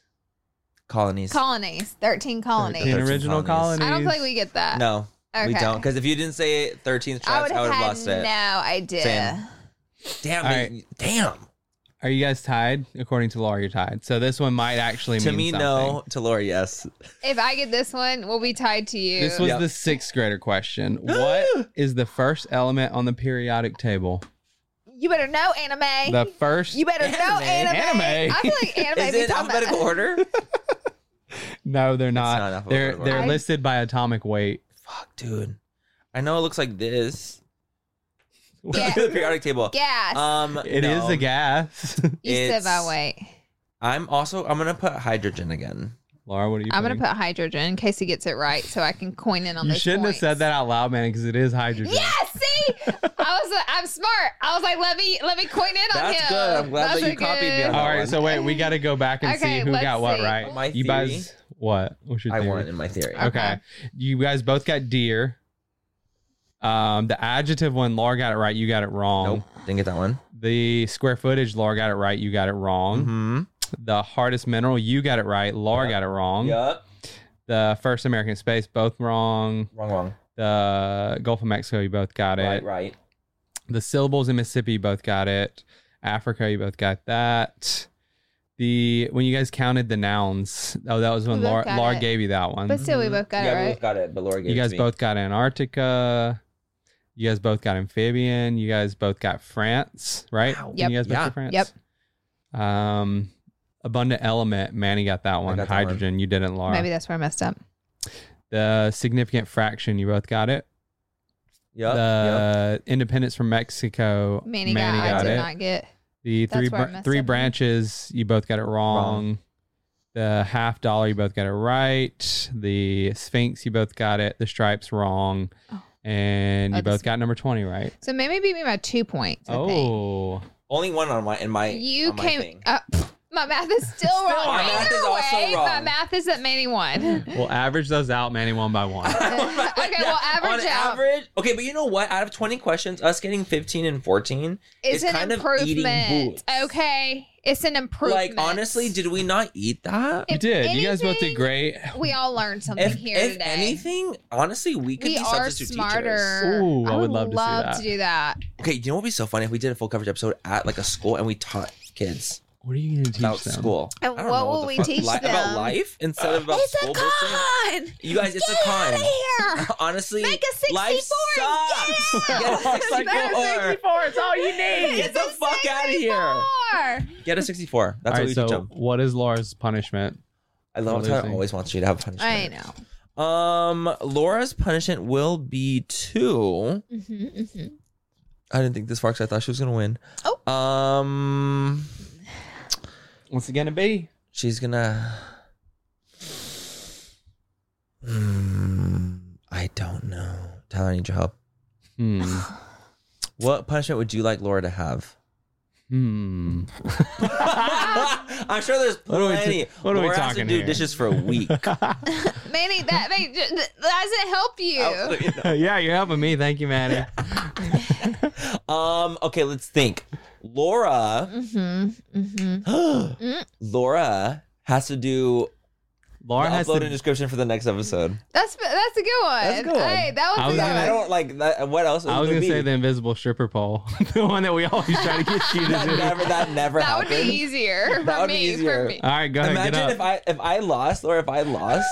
S2: Colonies.
S1: Colonies. 13 colonies.
S3: 13
S2: 13
S3: original
S2: colonies.
S3: colonies.
S1: I don't think we get that.
S2: no, we
S1: Okay.
S2: don't. Because if you didn't say it, 13
S1: I
S2: stripes,
S1: would
S2: I
S1: have
S2: would have
S1: had
S2: lost
S1: no
S2: it.
S1: idea.
S2: Same. Damn,
S3: All
S2: man. damn.
S3: Are you guys tied? According to Laura, you're tied. So this one might actually
S2: To
S3: mean
S2: me,
S3: something.
S2: no. To Laura, yes.
S1: If I get this one, we'll be tied to you.
S3: This was
S2: Yep.
S3: the sixth grader question. What is the first element on the periodic table?
S1: you better know anime.
S3: The first.
S1: you better know
S2: Anime.
S1: anime.
S3: Anime.
S1: I feel like anime.
S2: Is
S1: be
S2: it in
S1: talking about-
S2: alphabetical order?
S3: No, they're not.
S2: not alphabetical
S3: Uh, they're
S2: order.
S3: they're
S1: I-
S3: listed by atomic weight.
S2: Fuck, dude. I know it looks like this.
S1: Yeah.
S2: the periodic table.
S1: Gas.
S2: Um,
S3: It is
S2: no.
S3: a gas.
S1: you said
S2: it's-
S1: by weight.
S2: I'm also. I'm gonna put hydrogen again.
S3: Laura, what are you?
S1: I'm gonna
S3: putting?
S1: put hydrogen in case he gets it right, so I can coin in on
S3: You
S1: those
S3: shouldn't
S1: points.
S3: have said that out loud, man, because it is hydrogen.
S1: Yeah, see, I was I'm smart. I was like, let me let me coin in on
S2: That's
S1: him.
S2: good. I'm glad
S1: That's
S2: that you
S1: a
S2: copied me
S1: good-
S2: on that.
S3: All right,
S2: one.
S3: so wait, we got to go back and
S1: Okay,
S3: see who
S1: let's
S3: got what
S1: see.
S3: right.
S2: My
S3: you guys, what? What's your
S2: I
S3: theory?
S2: won in my theory.
S3: Okay. You guys both got deer. Um, the adjective one, Laura got it right. You got it wrong.
S2: Nope, didn't get that one.
S3: The square footage, Laura got it right. You got it wrong.
S2: Mm-hmm.
S3: The hardest mineral, you got it right. Laura got it wrong.
S2: Yup.
S3: The first American in space, both wrong.
S2: Wrong, wrong.
S3: The Gulf of Mexico, you both got it.
S2: Right, right.
S3: The syllables in Mississippi, you both got it. Africa, you both got that. The when you guys counted the nouns, oh, that was when
S1: We both
S3: Laura,
S1: got
S3: Laura
S1: it.
S3: gave you that one.
S1: But still, we both got
S2: Mm-hmm. yeah, we
S1: it
S2: both
S1: right.
S2: got it, but Laura gave
S3: you
S2: it to
S3: guys
S2: me.
S3: both got Antarctica. You guys both got amphibian. You guys both got France, right?
S2: Wow.
S1: Yep.
S3: You guys both
S2: Yeah.
S3: got France. Yep. Um, abundant element. Manny got that one.
S2: got that one.
S3: Hydrogen. You didn't, Laura.
S1: Maybe that's where I messed up.
S3: the significant fraction. You both got it.
S2: Yup. yup.
S3: the independence from Mexico.
S1: Manny, got, I did not get.
S3: The
S1: That's
S3: three
S1: where I
S3: br-
S1: messed
S3: three
S1: up.
S3: branches, you both got it wrong. The half dollar, you both got it right. The Sphinx, you both got it. The stripes, wrong. And
S1: Oh,
S3: you
S1: the
S3: both
S1: Sphinx.
S3: got number 20 right.
S1: So Mammy beat me by two points. I think.
S3: Oh.
S2: Only one on my in my.
S1: you
S2: on my
S1: came.
S2: thing.
S1: uh, pff, my math is still wrong.
S2: my math
S1: Either
S2: is also
S1: way, My
S2: wrong.
S1: math is that Manny won.
S3: We'll average those out, Manny, one by one.
S2: On my-
S1: Okay, well, average
S2: on
S1: out.
S2: average. Okay, but you know what? Out of 20 questions, us getting 15 and 14
S1: It's,
S2: is
S1: an
S2: kind of eating
S1: improvement.
S2: bullets.
S1: okay, it's an improvement.
S2: Like honestly, did we not eat that?
S3: you
S1: Uh, If
S3: did. you guys both
S1: anything-
S3: did great.
S1: we all learned something
S2: If,
S1: here
S2: if
S1: today.
S2: anything, honestly, we could
S1: we
S2: be
S1: are
S2: substitute teachers.
S1: smarter.
S3: Ooh, I would love to see
S1: love
S3: that.
S1: to do that.
S2: Okay, you know what would be so funny if we did a full coverage episode at like a school and we taught kids
S3: What are you going to teach
S2: about
S3: them?
S2: school.
S1: And
S2: I don't
S1: what
S2: know
S1: will
S2: the
S1: we
S2: fuck-
S1: teach
S2: li-
S1: them? Uh,
S2: about life instead of about school? bullshit. You guys, it's a con.
S1: here.
S2: Honestly,
S1: Make a
S2: life
S1: 64.
S2: sucks.
S1: Yeah.
S2: Get a 64.
S3: It's all you need.
S2: Get the fuck out of here.
S1: Four.
S2: Get a 64. That's
S3: all
S2: what we
S3: right,
S2: teach
S3: so
S2: them.
S3: what is Laura's punishment?
S2: I love
S3: We're
S2: how I
S3: losing.
S2: always wants you to have punishment.
S1: I know.
S2: Um, Laura's punishment will be two. I didn't think this far because I thought she was gonna win. Oh. Um,
S3: What's it going to be?
S2: she's gonna. Hmm. Tyler, I need your help.
S3: Hmm.
S2: What punishment would you like Laura to have?
S3: Hmm.
S2: I'm sure there's
S3: What are we t-
S2: plenty.
S3: what are we
S2: Laura has to
S3: talking
S2: do
S3: here?
S2: dishes for a week.
S1: Manny, that, may- j- th- that doesn't help you.
S3: yeah, you're helping me. Thank you, Maddie.
S2: um. Okay, let's think. Laura.
S1: Mm-hmm, Mm.
S2: Laura has to do.
S3: Laura
S2: I'll
S3: has
S2: upload a
S3: to.
S2: description for the next episode.
S1: That's that's a good one.
S2: That's a good one.
S1: Hey, that was,
S3: I
S1: a
S3: was
S1: good
S2: I, mean, I
S1: one.
S2: don't like that. What else?
S3: I was
S2: would
S3: gonna
S2: it
S3: say
S2: be?
S3: the invisible stripper pole, the one that we always try to get you to
S2: that
S3: do.
S2: never that never
S1: That would
S2: happened.
S1: be easier
S2: That
S1: for
S2: would be
S1: me.
S2: easier.
S1: For me.
S3: All right, go ahead. get
S2: Imagine
S3: up.
S2: if I if I lost or if I lost.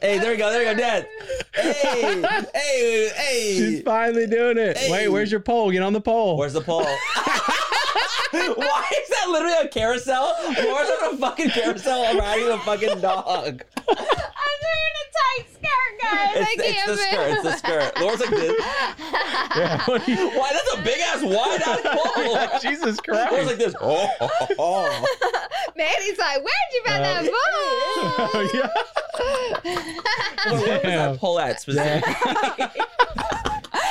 S2: hey, there we go, there we go, Dad. Hey, hey,
S3: She's
S2: hey.
S3: finally doing it.
S2: Hey.
S3: Wait, where's your pole? Get on the pole.
S2: Where's the pole? Why is that literally a carousel? Laura's on a fucking carousel riding a fucking dog.
S1: I'm wearing a tight skirt, guys. I
S2: It's, it's
S1: can't
S2: the skirt. It's
S1: move.
S2: the skirt. Laura's like this.
S3: Yeah, what do you-
S2: Why? That's a big ass wide ass pole.
S3: Jesus
S2: Laura's
S3: Christ.
S2: like this. Oh, oh, oh.
S1: Manny's like, where'd you find that
S3: Uh,
S1: ball?
S3: Oh, yeah.
S2: Wait, Where was that
S3: Damn.
S2: pole at specifically?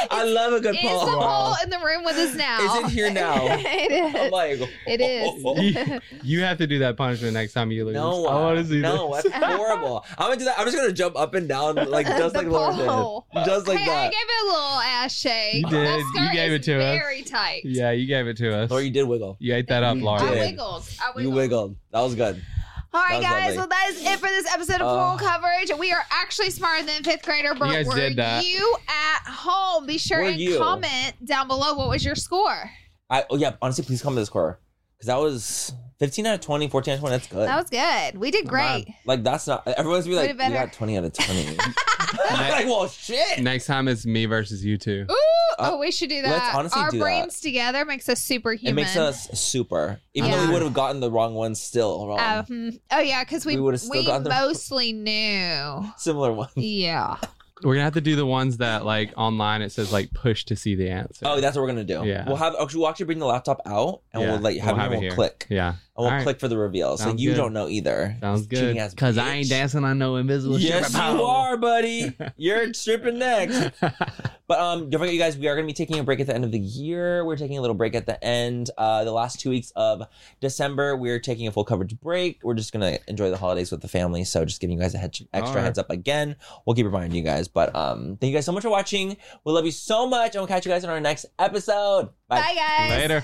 S2: I love a good
S1: Is
S2: pole.
S1: the pole in the room with us now?
S2: Oh, Is it here now?
S1: it is.
S2: I'm like, oh,
S1: It is.
S3: You, you have to do that punishment next time you lose.
S2: No, uh,
S3: I want to see
S2: no,
S3: this.
S2: that's horrible. I'm gonna do that. I'm just gonna jump up and down like just
S1: The
S2: like Laura
S1: pole.
S2: did, just like
S1: hey, I
S2: that.
S1: gave it a little ass shake.
S3: You did.
S1: That
S3: You
S1: skirt
S3: gave
S1: is
S3: it to us.
S1: very tight.
S3: Yeah, you gave it to us.
S2: Laura, you did wiggle.
S3: You ate that up, Laura.
S1: I
S2: did.
S1: wiggled. I wiggled.
S2: You wiggled. That was good.
S1: All right,
S2: That was
S1: guys.
S2: lovely.
S1: Well, that is it for this episode of
S2: Uh,
S1: Full Coverage. We are actually smarter than fifth grader, but
S3: Ah. guys
S1: were
S3: did that.
S1: you at home? Be sure
S2: Were
S1: and
S2: you?
S1: comment down below what was your score.
S2: I oh yeah. Honestly, please come to the score because that was 15 out of 20, 14 out of 20. That's good.
S1: That was good. We did
S3: bad.
S1: great.
S2: like that's not. Everyone's gonna
S1: Would've
S2: be like,
S1: been
S2: you
S1: better.
S2: got 20 out of 20. I'm like, well, shit.
S3: Next time it's me versus you two.
S1: Ooh, oh, we should do that.
S2: Uh, let's honestly
S1: Our
S2: do that.
S1: brains together makes us superhuman.
S2: It makes us super. Even though
S1: Yeah.
S2: we would have gotten the wrong one, still wrong.
S1: Um, oh yeah, because we
S2: We
S1: we,
S2: would've still gotten the-
S1: mostly knew.
S2: Similar one.
S1: Yeah.
S3: We're gonna have to do the ones that like online it says like push to see the answer.
S2: Oh, that's what we're gonna do.
S3: Yeah.
S2: We'll have actually we'll actually bring the laptop out and
S3: Yeah,
S2: we'll like have
S3: we'll
S2: everyone
S3: it here.
S2: click.
S3: Yeah,
S2: And we'll
S3: All right.
S2: click for the reveal. so
S3: Sounds
S2: you
S3: good.
S2: don't know either.
S3: Sounds good.
S2: Cheating ass
S3: Cause
S2: bitch.
S3: I ain't dancing on no invisible.
S2: Yes,
S3: stripper
S2: you
S3: pole.
S2: are, buddy. You're stripping next. But um, don't forget, you guys, we are going to be taking a break at the end of the year. We're taking a little break at the end. Uh, the last two weeks of December, we're taking a full coverage break. We're just going to enjoy the holidays with the family. So just giving you guys a head, extra
S3: right.
S2: heads up again. We'll keep reminding you guys. But um, thank you guys so much for watching. We love you so much, and we'll catch you guys in our next episode.
S1: Bye guys.
S3: Later.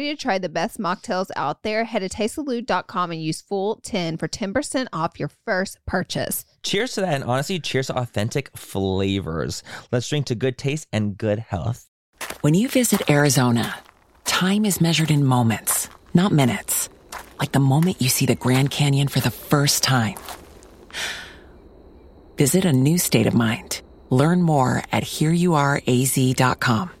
S1: to try the best mocktails out there, head to tastesalute.com and use full 10 for 10% off your first purchase.
S2: Cheers to that, and honestly, cheers to authentic flavors. Let's drink to good taste and good health.
S6: When you visit Arizona, time is measured in moments, not minutes. Like the moment you see the Grand Canyon for the first time. Visit a new state of mind. Learn more at hereyouareaz.com.